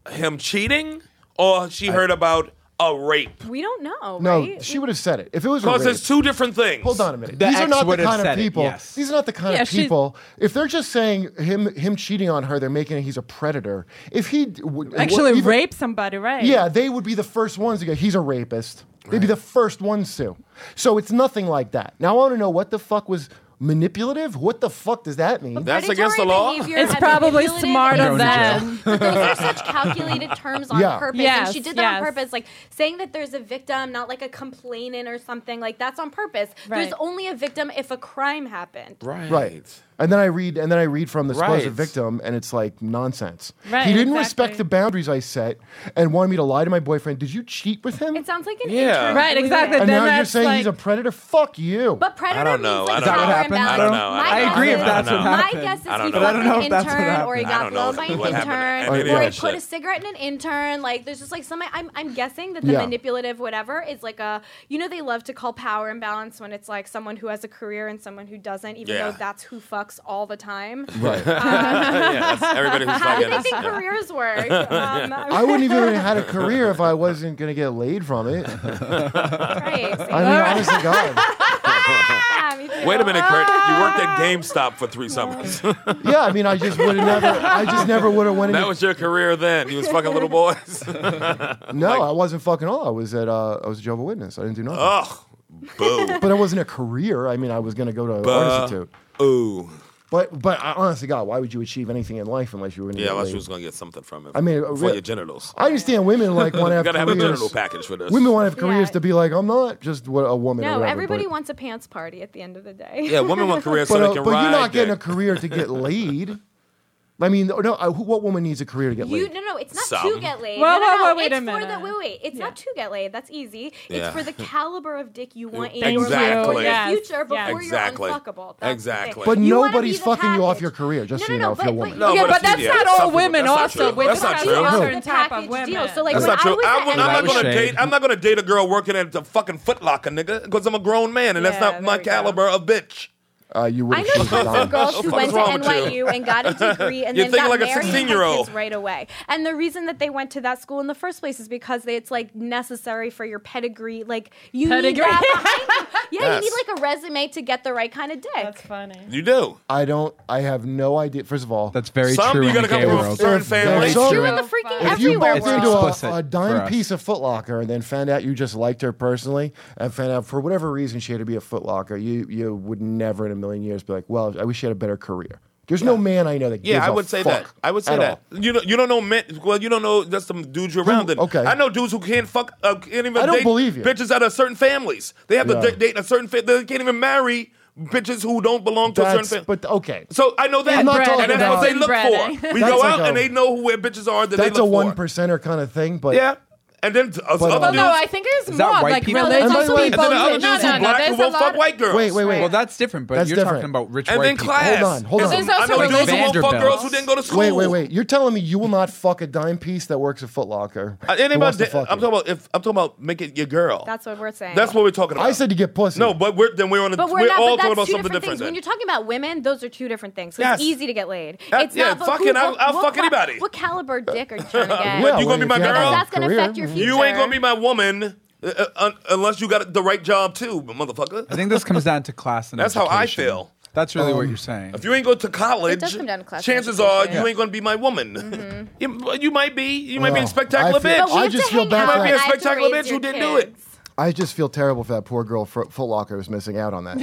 S5: him cheating, or she heard about a rape.
S6: We don't know.
S3: No,
S6: right?
S3: she would have said it if it was. a
S5: Because
S3: rape-
S5: it's two different things.
S3: Hold on a minute.
S7: The
S3: these are
S7: ex
S3: not the
S7: would have
S3: kind of
S7: said it,
S3: people.
S7: yes.
S3: These are not the kind
S8: Yeah,
S3: of
S8: she-
S3: people. If they're just saying him him cheating on her, they're making it he's a predator. If he d- would
S8: actually
S3: even-
S8: rape somebody, right?
S3: yeah, they would be the first ones to go. He's a rapist. They'd be the first ones to. So it's nothing like that. Now I want to know what the fuck was manipulative. What the fuck does that mean?
S5: That's against the law.
S8: It's probably smart
S7: You're
S8: of
S7: going to
S8: them.
S9: But those are such calculated terms on
S3: Yeah.
S9: purpose.
S8: Yes,
S9: and she did that
S8: yes.
S9: on purpose. Like saying that there's a victim, not like a complainant or something. Like that's on purpose. There's
S8: Right.
S9: only a victim if a crime happened.
S5: Right.
S3: Right. And then I read, and then I read from the supposed
S5: Right.
S3: victim, and it's like nonsense.
S8: Right,
S3: he didn't
S8: exactly.
S3: respect the boundaries I set, and wanted me to lie to my boyfriend. Did you cheat with him?
S9: It sounds like an
S5: Yeah.
S9: internal
S8: Right,
S9: bleeding.
S8: exactly.
S3: and
S8: then
S3: now you're
S8: that's
S3: saying
S8: like-
S3: he's a predator. Fuck you.
S9: But predator
S5: I don't know.
S9: means like
S5: I don't
S9: power
S5: know.
S9: imbalance.
S7: I don't know.
S9: My
S5: I
S9: guess
S5: agree
S9: is-
S5: if that's what
S9: My
S7: happened.
S9: guess is
S5: I don't know.
S9: he fucked
S5: But I
S7: don't know
S9: an
S7: if that's what
S9: intern or he
S7: happened.
S5: I
S9: got
S5: don't know
S9: blown by an
S5: what happened.
S9: intern
S5: Any of
S9: or he
S5: that
S9: put
S5: shit.
S9: a cigarette in an intern. Like there's just like some. I'm I'm guessing that the
S3: Yeah.
S9: manipulative whatever is like a you know they love to call power imbalance when it's like someone who has a career and someone who doesn't, even
S5: Yeah.
S9: though that's who fucks all the time.
S5: yeah, that's everybody who's
S9: How do
S5: fucking.
S9: they think careers work? Um,
S3: I wouldn't even have had a career if I wasn't going to get laid from it. I mean, honestly, God.
S5: Wait a minute, Kurt. You worked at GameStop for three summers.
S3: Yeah, I mean, I just would have never, I just never would have went
S5: that
S3: into.
S5: was your career then. You was fucking little boys.
S3: no, I wasn't fucking all. I was at, uh, I was a Jehovah Witness. I didn't do nothing.
S5: Oh, boo,
S3: but it wasn't a career. I mean, I was going to go to
S5: Bah.
S3: art institute.
S5: ooh.
S3: But, but I, honestly, God, why would you achieve anything in life unless you were going to
S5: Yeah,
S3: get
S5: unless
S3: laid?
S5: you was gonna get something from it.
S3: I mean,
S5: for
S3: really-
S5: your genitals.
S3: I understand women like want to
S5: You
S3: have
S5: gotta have a
S3: careers.
S5: genital package for this.
S3: Women want to have careers
S9: Yeah.
S3: to be like, I'm not just what a woman. or
S9: No,
S3: whatever,
S9: everybody
S3: but-
S9: wants a pants party at the end of the day.
S5: yeah, women want careers so
S3: But,
S5: they
S3: uh,
S5: can
S3: but
S5: ride.
S3: you're not getting a
S5: dick.
S3: career to get laid. I mean, no, I, who, what woman needs a career to get
S9: You
S3: laid?
S9: no no, it's not
S5: Some.
S9: to get laid.
S8: Whoa,
S9: no, no,
S8: whoa,
S9: no.
S8: whoa, wait
S9: it's
S8: a
S9: For the,
S8: minute.
S9: wait, wait, it's not to get laid. That's easy. It's
S5: Yeah.
S9: for the caliber of dick you want in your life
S5: Exactly.
S9: for
S5: Yes,
S9: your future before
S8: yes.
S5: Exactly.
S9: you're unfuckable. That's the thing.
S5: Exactly.
S3: But
S9: You wanna be
S3: nobody's
S9: the
S3: fucking you off
S9: package.
S3: your career, just
S9: no,
S3: so you
S9: no,
S5: know
S9: no,
S5: if
S9: but,
S3: you're a woman.
S9: But,
S5: No,
S8: Okay,
S5: but
S8: but
S5: if you-
S8: that's
S5: yeah,
S8: not
S5: some
S8: all
S5: people-
S8: women
S5: that's not
S8: also.
S5: true.
S8: With
S5: That's not
S9: That's not
S5: true.
S9: Off
S8: No.
S9: the package
S8: Different type
S9: deal.
S8: of
S9: So like
S5: That's
S9: when
S8: women.
S5: not
S9: I
S5: true.
S9: was
S5: I'm,
S9: at
S5: I'm not
S7: Without
S5: gonna
S7: shade.
S5: date. I'm not gonna date a girl working at the fucking Foot Locker, nigga, because I'm a grown man and that's
S6: Yeah,
S5: not
S6: there
S5: my
S6: we go.
S5: caliber of bitch.
S3: Uh, you would
S9: I know tons of girls
S5: What
S9: who
S5: the
S9: went to
S5: fuck's wrong with you?
S9: NYU and got a degree and
S5: You
S9: then
S5: think
S9: got
S5: like a
S9: married and had
S5: 16-year-old.
S9: kids right away. And the reason that they went to that school in the first place is because they, it's like necessary for your pedigree. Like you need
S8: Pedigree.
S9: that behind you. Yeah, you
S5: Yes.
S9: need like a resume to get the right kind of dick.
S8: That's funny.
S5: You do.
S3: I don't. I have no idea. First of all,
S7: That's very
S5: Some
S7: true
S5: you
S7: in the
S5: gotta
S7: gay
S5: come from
S7: world.
S5: certain
S3: If there's
S5: families.
S3: only-
S9: True in the
S8: True.
S9: freaking
S8: If
S3: if you
S9: everywhere
S3: bumped
S7: It's
S3: into
S9: world.
S7: explicit
S3: a, a
S7: for
S3: dime
S7: us.
S3: piece of Footlocker and then found out you just liked her personally and found out for whatever reason she had to be a Footlocker, you you would never in a million years be like, well, I wish she had a better career. There's no man I know that.
S5: Yeah,
S3: gives
S5: I
S3: a
S5: would say
S3: fuck
S5: that. I would say
S3: at
S5: that.
S3: all.
S5: You know, you don't know men. Well, you don't know just some dudes you're around. and-
S3: okay.
S5: I know dudes who can't fuck. Uh, can't even.
S3: I don't
S5: date
S3: believe you.
S5: Bitches out of certain families. They have
S3: Yeah.
S5: to da- date a certain. Fa- they can't even marry bitches who don't belong to a certain
S3: That's,
S5: family.
S3: but okay.
S5: So I know that.
S3: I'm not
S5: and
S3: talking
S5: that's what
S3: about-
S5: they look
S8: Bread,
S5: for.
S8: eh?
S5: We
S3: That's
S5: go
S3: like
S5: out and
S3: a-
S5: they know who where bitches are that
S3: that's
S5: they
S3: a
S5: look for.
S3: one percenter kind of thing, but
S5: Yeah. And then us
S3: But,
S5: other
S3: uh,
S5: dudes.
S3: Well,
S8: Well, no, I think it's
S7: Is
S8: more
S7: that white
S8: like
S7: people?
S8: religious
S3: And by the
S8: people.
S3: way-
S5: and then the other
S8: no,
S5: dudes
S8: no,
S5: who black
S8: no.
S5: who
S8: There's a
S5: won't
S8: lot.
S5: fuck white girls.
S3: Wait, wait, wait.
S7: Well, that's different, but
S3: That's
S7: you're
S3: different.
S7: talking about rich
S5: And
S7: white
S5: then
S7: people.
S5: class.
S3: Hold on, hold
S8: Is
S3: on.
S8: this a-
S5: I know
S8: Also
S5: dudes who won't fuck
S7: Vanderbilt.
S5: girls who didn't go to school. Uh,
S3: Wait, wait, wait. You're telling me you will not fuck a dime piece that works at Foot Locker?
S5: I, it ain't
S3: Who
S5: about
S3: wants to
S5: Uh, that.
S3: fuck
S5: I'm
S3: you?
S5: talking about if I'm talking about making your girl.
S6: That's what we're saying.
S5: That's what we're talking about.
S3: I said you get pussy.
S5: no, but we're then we're on. A,
S9: But
S5: we're,
S9: we're, not.
S5: all
S9: but that's
S5: talking about
S9: two
S5: something
S9: different
S5: different.
S9: things.
S5: then.
S9: When you're talking about women, those are two different things. So
S5: Yes.
S9: It's easy to get laid.
S5: That-
S9: it's
S5: yeah,
S9: not but
S5: fucking,
S9: who-
S5: I'll-
S9: what-
S5: I'll
S9: what
S5: fuck
S9: cla-
S5: anybody.
S9: What caliber dick are you trying to get?
S5: But you gonna be
S3: if
S5: my
S3: have a
S5: girl?
S9: That's gonna
S3: career-
S9: affect your future.
S5: you ain't gonna be my woman uh, uh, un- unless you got the right job too, motherfucker.
S7: I think this comes down to class and
S5: That's how I
S7: education.
S5: feel.
S7: That's really what you're saying.
S5: If you ain't go to college,
S6: It does come down to class
S5: chances
S6: and
S5: are
S6: education. Mm-hmm.
S5: you ain't gonna be my woman. You, you might be. You might be
S3: Oh,
S5: a
S3: I
S5: spectacular
S3: feel-
S5: bitch.
S9: But we
S3: I
S9: have
S3: just
S9: to
S3: feel
S9: hang
S3: bad
S9: out
S3: for
S9: and
S5: You might
S3: that.
S9: I
S5: be a
S9: have to
S5: spectacular
S9: raise
S5: bitch
S9: your
S5: who didn't do it.
S9: kids.
S3: I just feel terrible for that poor girl for Foot Locker who's missing out on that.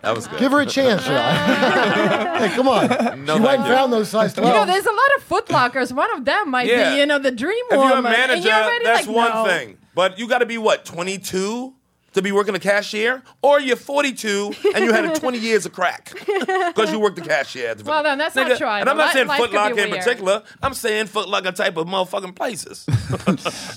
S5: That was good.
S3: Give her a chance, Shy. hey, come
S5: No,
S3: on. she
S5: thank
S3: went and
S5: you.
S3: found those size 12s.
S8: You know, there's a lot of footlockers. One of them might
S5: Yeah.
S8: be, you know, the dream
S5: If
S8: woman.
S5: you're a
S8: and
S5: manager,
S8: you're already
S5: that's
S8: like,
S5: one
S8: no.
S5: thing. But you got to be what 22 to be working a cashier, or you're 42 and you had 20 years of crack because you worked the cashier. At the
S8: Well, then that's not
S5: Nigga,
S8: true either.
S5: And I'm not
S8: Li-
S5: saying
S8: life
S5: Foot
S8: could be
S5: Locker in
S8: weird.
S5: particular. I'm saying Foot Locker type of motherfucking places.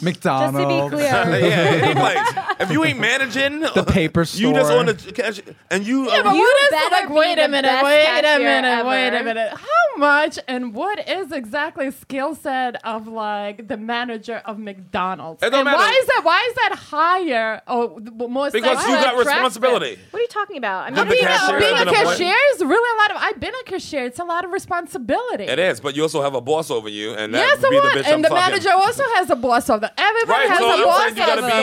S7: McDonald's.
S5: yeah,
S9: clear.
S5: any place. If you ain't managing
S7: The paper
S5: you just
S7: store.
S5: on the cash and you. um,
S8: Yeah, but
S9: You
S8: what is
S9: better
S8: it? Like,
S9: be
S8: wait
S9: the
S8: a minute,
S9: best
S8: wait a
S9: cashier
S8: minute, wait a
S9: ever.
S8: minute. How much and what is exactly skill set of like the manager of McDonald's?
S5: It don't
S8: and why
S5: matter.
S8: is that? Why is that higher or th- more?
S5: because you
S8: sexually
S5: got
S8: attractive?
S5: responsibility.
S9: What are you talking about? I
S5: Did
S9: mean,
S5: the
S8: Being,
S5: Cashier
S8: a, being
S5: and
S8: a
S5: an employee.
S8: cashier is really a lot of. I've been a cashier. It's a lot of responsibility.
S5: It is, but you also have a boss over you, and that
S8: Yes,
S5: would
S8: I
S5: be the
S8: want.
S5: bitch
S8: and
S5: I'm
S8: the
S5: fucking.
S8: manager also has a boss over. Everybody
S5: Right,
S8: has
S5: so
S8: a
S5: I'm
S8: boss
S5: saying you gotta
S8: over.
S5: be-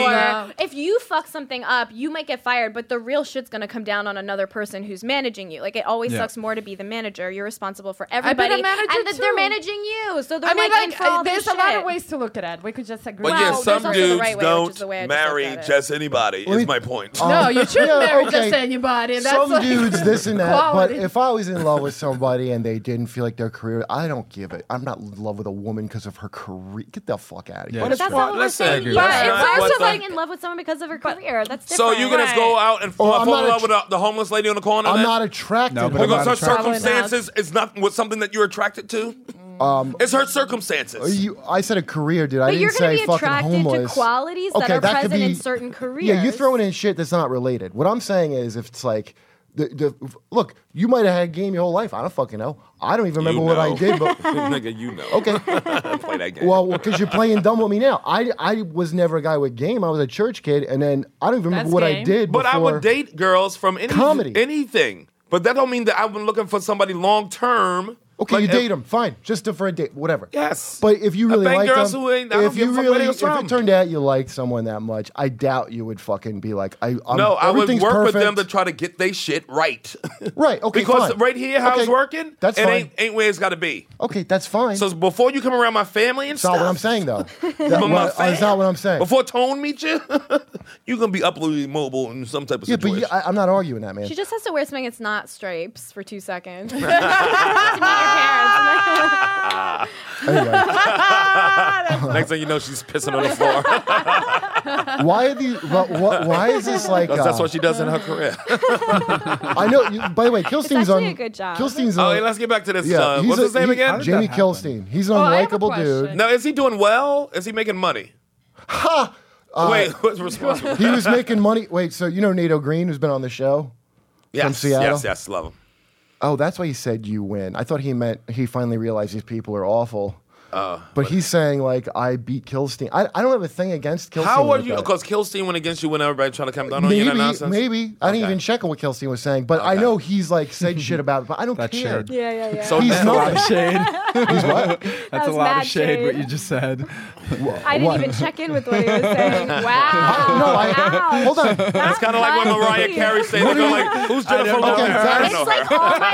S8: them.
S9: if you fuck something up, you might get fired, but the real shit's gonna come down on another person who's managing you. Like it always
S7: Yeah.
S9: sucks more to be the manager. You're responsible for
S8: a
S9: everybody,
S8: manager
S9: and that they're
S8: too.
S9: managing you. So they're
S8: I mean,
S9: like, in
S8: like,
S9: for all
S8: uh,
S9: this
S8: there's a lot
S9: shit.
S8: of ways to look at it. We could just agree.
S5: But
S8: on
S5: yeah,
S8: it.
S9: there's
S5: some
S9: also the
S5: dudes
S9: right way, which
S5: don't
S9: is the way I just
S5: marry
S9: looked at it.
S5: just anybody.
S3: Let me-
S5: Is my point.
S3: Um,
S8: No, you shouldn't
S3: yeah,
S8: marry
S3: okay.
S8: just anybody. That's
S3: Some
S8: like-
S3: dudes, this and that.
S8: Quality.
S3: But if I was in love with somebody and they didn't feel like their career, I don't give it. I'm not in love with a woman because of her career. Get the fuck out of here.
S7: Yeah.
S3: What
S7: But
S3: is
S9: That's
S3: wrong?
S9: not what we're
S5: Listen,
S9: saying.
S7: dude,
S9: either.
S5: that's
S9: It's
S5: not
S9: also
S5: what's
S9: like
S5: up.
S9: in love with someone because of her career. That's different.
S5: So you're gonna
S8: Right.
S5: go out and
S3: Oh,
S5: fall,
S3: I'm
S5: fall
S3: not
S5: in love
S3: attr-
S5: with a, the homeless lady on the corner?
S3: I'm
S5: and
S3: not
S5: that-
S3: attracted.
S7: No,
S3: to
S7: but I'm
S5: because
S3: that.
S5: her
S7: not attracted.
S5: circumstances is not with something that you're attracted to.
S3: Um, Oh,
S5: It's her circumstances.
S3: you, I said a career, dude. I
S9: But
S3: didn't
S9: you're
S3: say
S9: going to be
S3: fucking
S9: attracted
S3: homeless.
S9: to qualities that
S3: Okay,
S9: are
S3: that could
S9: present in
S3: be-
S9: certain careers.
S3: Yeah, you're throwing in shit that's not related. What I'm saying is, if it's like, the, the look, you might have had a game your whole life. I don't fucking know. I don't even remember
S5: You
S3: what I
S5: know.
S3: did, but
S5: Nigga, you know.
S3: okay.
S5: Play that game.
S3: Well, because you're playing dumb with me now. I, I was never a guy with game. I was a church kid, and then I don't even remember
S8: That's
S3: what I
S8: game.
S3: did.
S5: but I
S3: before-
S5: would date girls from any
S3: Comedy.
S5: anything. But that don't mean that I've been looking for somebody long term. uh,
S3: Okay, you date them, fine, just to- for a date, whatever.
S5: Yes.
S3: But if you
S5: I
S3: really
S5: bang
S3: like
S5: girls
S3: them,
S5: who ain't- I don't
S3: if
S5: give
S3: you
S5: a fuck where
S3: really,
S5: they
S3: if
S5: was
S3: it
S5: from.
S3: turned out you liked someone that much, I doubt you would fucking be like, I. I'm,
S5: No, I would
S3: everything's
S5: work
S3: perfect.
S5: with them to try to get they shit right.
S3: Right. Okay.
S5: because
S3: fine.
S5: right here, how it's
S3: Okay,
S5: working,
S3: That's
S5: it
S3: fine.
S5: ain't, ain't where it's got to be.
S3: okay, that's fine.
S5: So before you come around my family and
S3: It's not
S5: stuff,
S3: what I'm saying, though. That-
S5: But my
S3: what-
S5: fam-
S3: That's not what I'm saying.
S5: Before Tone meets you, you're gonna be uploading mobile in some type of
S3: yeah, but
S5: situation.
S3: you, I, I'm not arguing that, man.
S6: She just has to wear something that's not stripes for two seconds to meet your parents.
S3: Anyway,
S5: Next thing you know, she's pissing on the floor.
S3: why are these? What, what, why is this like?
S5: That's, that's
S3: uh,
S5: what she does in her career.
S3: I know. You, by the way, Kilstein's on.
S6: actually a good job.
S3: Kilstein's
S5: oh,
S3: on.
S5: hey, let's get back to this.
S3: yeah,
S5: uh,
S3: he's
S5: what's
S3: a-
S5: his name
S3: he-
S5: again?
S3: Jamie
S7: happen?
S3: Kilstein. He's an
S8: Oh, I have a
S3: unlikable dude.
S8: question.
S5: Now, is he doing well? Is he making money?
S3: Uh,
S5: Ha! Wait, who's responsible?
S3: He was making money. Wait, so you know Nato Green, who's been on the show?
S5: yes,
S3: Seattle?
S5: yes, yes, love him.
S3: Oh, that's why he said you win. I thought he meant he finally realized these people are awful.
S5: Oh,
S3: but he's saying like I beat Kilstein. I, I don't have a thing against Kilstein.
S5: How are
S3: like
S5: you?
S3: that.
S5: Because Kilstein went against you when everybody trying to come down on you. and that
S3: Maybe,
S5: nonsense?
S3: maybe I didn't
S5: Okay.
S3: even check on what Kilstein was saying, but I
S5: Okay.
S3: know he's like said shit about it. But I don't
S7: That's
S3: care.
S7: shade.
S6: yeah, yeah, yeah.
S5: So
S3: He's
S5: now-
S7: That's a
S3: not-
S7: lot of shade. That's a
S6: was
S7: lot
S6: mad
S7: of shade,
S6: shade.
S7: what you just said.
S6: I didn't
S3: What?
S6: even check in with what you were saying. Wow.
S3: No, I,
S6: Ouch.
S3: hold on.
S5: It's kind of like when Mariah Carey said, they go like, "Who's Jennifer
S7: don't know
S5: Lopez?"
S3: her.
S5: I don't
S6: It's
S5: know
S6: like
S5: her.
S6: all my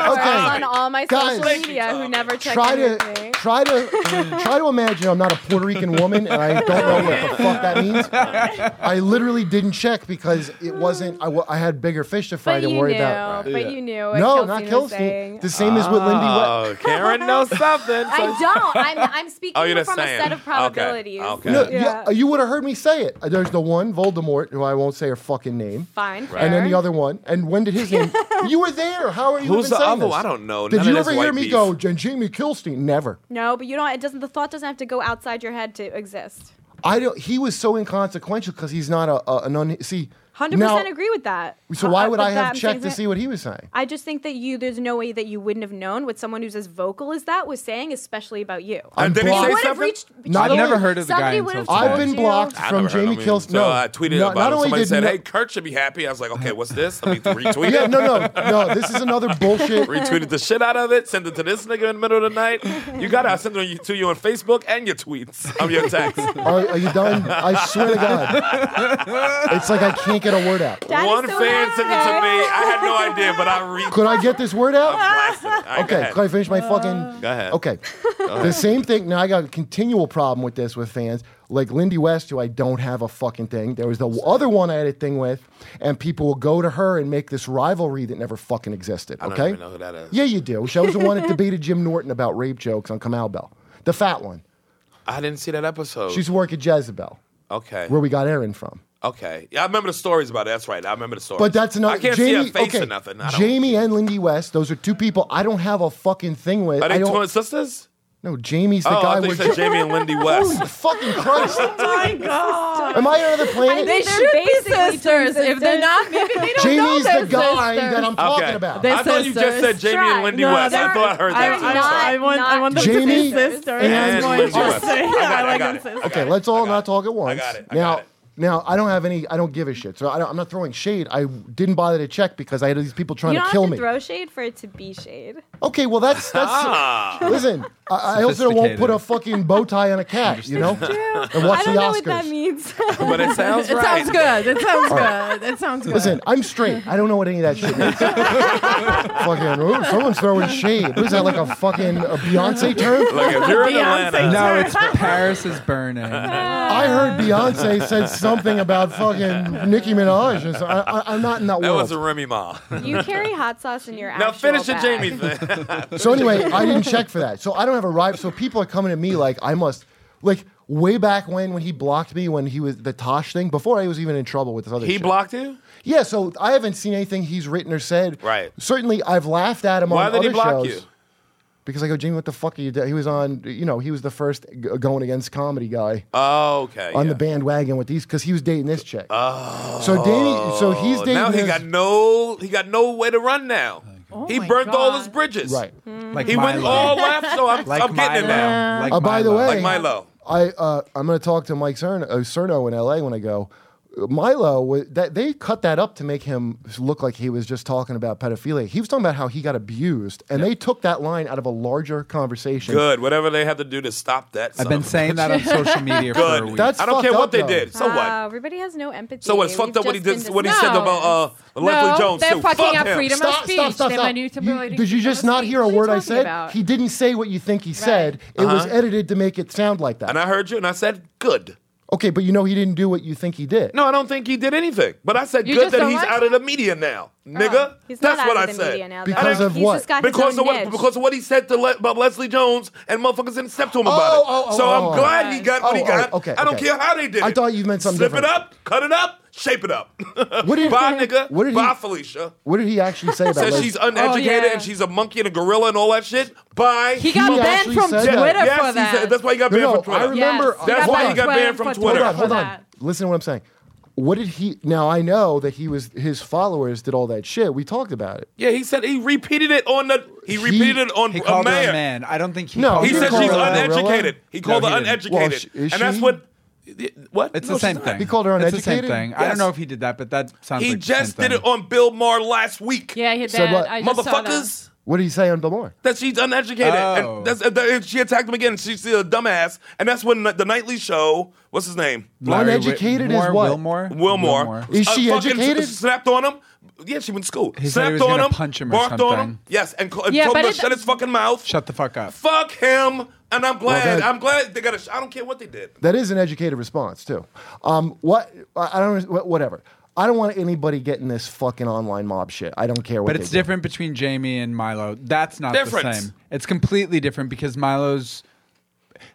S6: followers
S3: Okay.
S6: on all my
S3: Guys.
S6: social media who never check
S3: try
S6: in with
S3: to
S6: me.
S3: try to I try to imagine I'm not a Puerto Rican woman and I don't know what the fuck that means. I literally didn't check because it wasn't. I wa- I had bigger fish to fry
S6: But
S3: to
S6: you
S3: worry
S6: knew.
S3: about.
S6: But you knew. What
S3: No,
S6: Kelsey
S3: not
S6: Was
S3: Kelsey.
S6: saying.
S3: The same as with Lindy. Wet.
S5: Oh, Karen knows something.
S6: I don't. I'm, I'm speaking
S5: Oh, you're
S6: from
S5: just saying.
S6: a set of
S5: Okay,
S6: probabilities.
S5: okay.
S3: No,
S5: Yeah.
S3: yeah. you would have heard me say it. There's the one Voldemort who I won't say her fucking name,
S6: Fine. Fair.
S3: and then the other one. And when did his name? you were there. How are you?
S5: Who's
S3: even
S5: the
S3: saying
S5: other
S3: this?
S5: one? I don't know.
S3: Did
S5: None
S3: you
S5: of this
S3: ever
S5: white
S3: hear
S5: Uh,
S3: me
S5: beef.
S3: go? And Jamie Kilstein? Never.
S6: No, but you don't. It doesn't. The thought doesn't have to go outside your head to exist.
S3: I don't. He was so inconsequential because he's not a, a an un, see.
S6: Hundred
S3: now-
S6: percent agree with that.
S3: So why
S6: Uh,
S3: would
S6: but
S3: I
S6: that-
S3: have
S6: I'm
S3: checked
S6: saying
S3: to
S6: that-
S3: see what he was saying?
S6: I just think that you. There's no way that you wouldn't have known what someone who's as vocal as that was saying, especially about you.
S5: And did he
S3: blocked.
S5: say
S3: You
S6: would have
S5: something?
S6: reached.
S3: Not
S7: I've
S3: only-
S7: never heard of the guy
S6: Somebody
S7: until
S6: would've
S7: today.
S3: I've been
S6: you.
S3: blocked
S5: I
S3: from
S5: never heard
S3: Jamie
S5: of him.
S3: Kilstein.
S5: So uh,
S3: no,
S5: I tweeted
S3: not,
S5: about
S3: not
S5: him.
S3: only
S5: Somebody
S3: did
S5: said,
S3: no-
S5: "Hey, Kurt should be happy." I was like, "Okay, what's this?" Let me retweet
S3: yeah,
S5: it.
S3: no, no, no. This is another bullshit.
S5: Retweeted the shit out of it. Send it to this nigga in the middle of the night. You got to send it to you on Facebook and your tweets of your texts.
S3: Are, are you done? I swear to God, it's like I can't get a word out.
S6: That is
S5: One
S6: so
S5: fan sent it to me.
S6: bad.
S5: I had no idea, but I re-
S3: Could I get this word out?
S5: blasted it. All right, go
S3: Okay,
S5: ahead.
S3: could I finish my
S6: Uh,
S3: fucking?
S5: Go ahead.
S3: Okay, the same thing. Now I got a continual problem with this with fans like Lindy West, who I don't have a fucking thing. There was the other one I had a thing with, and people will go to her and make this rivalry that never fucking existed.
S5: I don't
S3: okay,
S5: even know who that is.
S3: yeah, you do. She was the one that debated Jim Norton about rape jokes on Kamal Bell, the fat one.
S5: I didn't see that episode.
S3: She's working Jezebel,
S5: okay.
S3: where we got Aaron from.
S5: Okay. Yeah, I remember the stories about it. That's right. I remember the stories.
S3: But that's another.
S5: Oh, I can't
S3: Jamie,
S5: see her face
S3: okay,
S5: or nothing. I don't-
S3: Jamie and Lindy West. Those are two people I don't have a fucking thing with.
S5: Are
S3: I
S5: they
S3: don't,
S5: twin sisters?
S3: no, Jamie's the
S5: oh, I
S3: guy
S5: thought you
S3: with
S5: said Jamie and Lindy West.
S3: fucking Christ. my God. Am I on another planet?
S6: They
S9: They're
S6: should be
S9: basically twin
S6: sisters. If they're
S9: sisters.
S6: not, maybe they don't know
S3: Jamie's
S6: they're
S3: the guy
S6: sisters.
S3: that I'm talking about.
S5: I thought you just said
S10: sisters.
S5: Jamie and
S6: Try.
S5: Lindy
S6: No,
S5: West. I
S6: they're-
S5: thought I heard
S10: I,
S5: that.
S6: They're
S10: I,
S6: not-
S10: I want, I want them to
S3: Jamie
S10: be sisters.
S3: and
S10: That's what
S5: Lindsay
S10: you're
S5: West.
S10: saying.
S5: I got it, I
S10: I
S5: got
S10: like
S5: it.
S10: them sisters.
S3: okay, let's all
S5: got
S3: not
S5: it.
S3: talk at once.
S5: got it, I
S3: now,
S5: got it.
S3: now I don't have any. I don't give a shit. So I don't, I'm not throwing shade. I didn't bother to check because I had these people trying
S9: You don't
S3: to kill
S9: have to
S3: me.
S9: throw shade for it to be shade.
S3: Okay, well that's that's.
S5: Ah.
S3: Listen, I, I also won't put a fucking bow tie on a cat, you know, and watch
S9: I don't
S3: the Oscars.
S9: know what that means.
S5: but it sounds
S10: It
S5: right.
S10: sounds good. It sounds good. It sounds good.
S3: Listen, I'm straight. I don't know what any of that shit means. fucking, ooh, someone's throwing shade. What is that, like a fucking a Beyonce term?
S5: Look, if you're in
S10: Beyonce.
S5: Atlanta,
S7: No, it's Paris is burning.
S3: I heard Beyonce said something about fucking Nicki Minaj. And so I, I, I'm not in that,
S5: that
S3: world.
S5: was a Remy Ma.
S6: You carry hot sauce in your
S5: now
S6: actual
S5: finish the
S6: bag.
S5: Jamie thing.
S3: so anyway, I didn't check for that. So I don't have a right. So people are coming to me like I must, like way back when when he blocked me when he was the Tosh thing before I was even in trouble with this other.
S5: he
S3: shit.
S5: blocked you?
S3: Yeah, so I haven't seen anything he's written or said.
S5: Right.
S3: Certainly, I've laughed at him
S5: Why
S3: on
S5: did
S3: other
S5: he block
S3: shows.
S5: you?
S3: Because I go, Jamie, what the fuck are you doing? He was on, you know, he was the first g- going against comedy guy
S5: Oh, okay.
S3: on
S5: yeah.
S3: the bandwagon with these because he was dating this chick. Oh. So Danny, so he's dating.
S5: Oh, Now he
S3: this-
S5: got no he got no way to run now. he
S10: Oh my
S5: burnt all
S10: God.
S5: his bridges.
S3: right.
S7: Like
S5: He went
S7: Milo.
S5: all left, so I'm,
S7: Like
S5: I'm getting it now.
S7: Milo. Like
S3: Uh, by the
S7: Milo.
S3: way-
S5: Like Milo.
S3: I uh, I'm going to talk to Mike Cerno, uh, Cerno in L.A. when I go. Milo, wa- that they cut that up to make him look like he was just talking about pedophilia. He was talking about how he got abused, and they took that line out of a larger conversation.
S5: Good. Whatever they had to do to stop that.
S7: I've
S5: son
S7: been
S5: of a-
S7: saying that on social media for a
S5: Good.
S7: week.
S3: That's
S5: I don't
S3: fucked
S5: care what
S3: up,
S5: they
S3: though.
S5: did.
S9: Uh,
S5: So
S6: Wow,
S5: what?
S6: everybody has no empathy.
S5: So what? It's
S6: We've
S5: fucked up what he
S6: just
S5: did.
S6: been
S5: What he
S6: discussed.
S5: said about uh,
S10: No,
S5: Leslie Jones.
S10: they're
S5: too.
S10: fucking
S5: Fuck
S10: up
S5: him.
S10: freedom
S3: Stop,
S10: of speech.
S3: stop, stop,
S10: They
S3: stop.
S10: manipulated
S3: You- did you
S10: freedom
S3: just
S10: of
S3: not
S10: speech.
S3: hear a
S6: What are you
S3: word I
S6: talking
S3: said?
S6: about?
S3: He didn't say what you think he said. It was edited to make it sound like that.
S5: Uh-huh. And I heard you, and I said good.
S3: okay, but you know he didn't do what you think he did.
S5: No, I don't think he did anything. But I said
S10: You
S5: good
S10: just
S5: that
S10: don't
S5: he's
S10: like Oh,
S5: out of the media now, nigga.
S6: He's
S5: That's
S6: not
S5: what
S6: out
S5: I
S6: of the
S5: said.
S6: media now, though.
S3: Because of
S6: He's
S3: what?
S6: just got his
S5: Because
S6: own
S5: of what?
S6: niche.
S5: Because of what he said to Le- about Leslie Jones and motherfuckers didn't step to him about
S3: Oh,
S5: it.
S3: oh, oh,
S5: so
S3: oh,
S5: I'm
S3: oh,
S5: glad he got what he
S3: Oh,
S5: got.
S3: oh, okay,
S5: I don't
S3: okay.
S5: care how they did.
S3: I
S5: it.
S3: thought you meant something
S5: Slip it
S3: different.
S5: up, cut it up, shape it up.
S3: What did,
S5: Bye, nigga.
S3: What did
S5: Bye,
S3: he?
S5: Felicia.
S3: What did he actually say about?
S5: Says
S3: Leslie?
S5: she's uneducated
S10: Oh, yeah.
S5: and she's a monkey and a gorilla and all that shit. Bye.
S10: He got
S3: He
S10: banned
S3: actually
S10: from
S3: said
S10: Twitter
S3: that.
S5: yes,
S10: for
S5: he
S10: that.
S5: said- that's why he got
S3: No,
S5: banned
S3: no,
S5: from Twitter.
S3: I remember.
S10: Yes,
S5: That's
S10: got
S5: why
S10: banned
S5: he got
S10: from
S5: banned from
S10: Twitter.
S5: Twitter.
S3: Hold on, hold
S10: for
S3: on.
S10: that.
S3: Listen to what I'm saying. What did he? Now I know that he was his followers did all that shit. We talked about it.
S5: Yeah, he said he repeated it on the. He repeated it on
S7: He
S5: a
S7: called her
S5: mayor.
S7: a man. I don't think he.
S3: No,
S7: called
S5: He
S7: her
S3: didn't
S5: said
S7: a
S3: call
S5: she's
S3: her
S7: gorilla.
S3: a gorilla.
S5: uneducated. He called
S7: No,
S5: her
S7: he didn't.
S5: uneducated,
S3: Well, is
S5: and that's
S3: she?
S5: what. What?
S7: It's
S5: No,
S7: the same
S5: she's not.
S7: thing.
S3: He called her
S7: It's the same
S3: uneducated?
S7: thing. I
S5: Yes.
S7: don't know if he did that, but that sounds.
S5: He
S7: like the
S5: just
S7: same
S5: did it
S7: thing.
S5: on Bill Maher last week.
S10: Yeah, he did.
S3: Said what?
S10: I just saw that.
S5: Motherfuckers.
S3: What did he say on Belmore?
S5: That she's uneducated,
S7: Oh.
S5: and, that's, and that- and she attacked him again. She's still a dumbass, and that's when the, the nightly show. What's his name?
S7: Larry Wi-
S3: Uneducated is
S7: Moore,
S3: what?
S7: Wilmore.
S5: Wilmore.
S3: Is she
S5: fucking
S3: educated?
S5: s- Snapped on him. yeah, she went to school.
S7: He said
S5: Snapped
S7: he was
S5: on
S7: gonna
S5: him,
S7: punch him or
S5: barked on him.
S7: something.
S5: Yes, and, co- and
S8: Yeah,
S5: told him
S8: but
S5: to
S8: it-
S5: shut his fucking mouth.
S7: Shut the fuck up.
S5: Fuck him. And I'm glad.
S3: that-
S5: I'm glad they got. A, I don't care what they did.
S3: That is an educated response too. Um, what I I don't wha- whatever. I don't want anybody getting this fucking online mob shit. I don't care what.
S7: But it's
S3: they do.
S7: different between Jamie and Milo. That's not the
S5: Difference.
S7: same. It's completely different because Milo's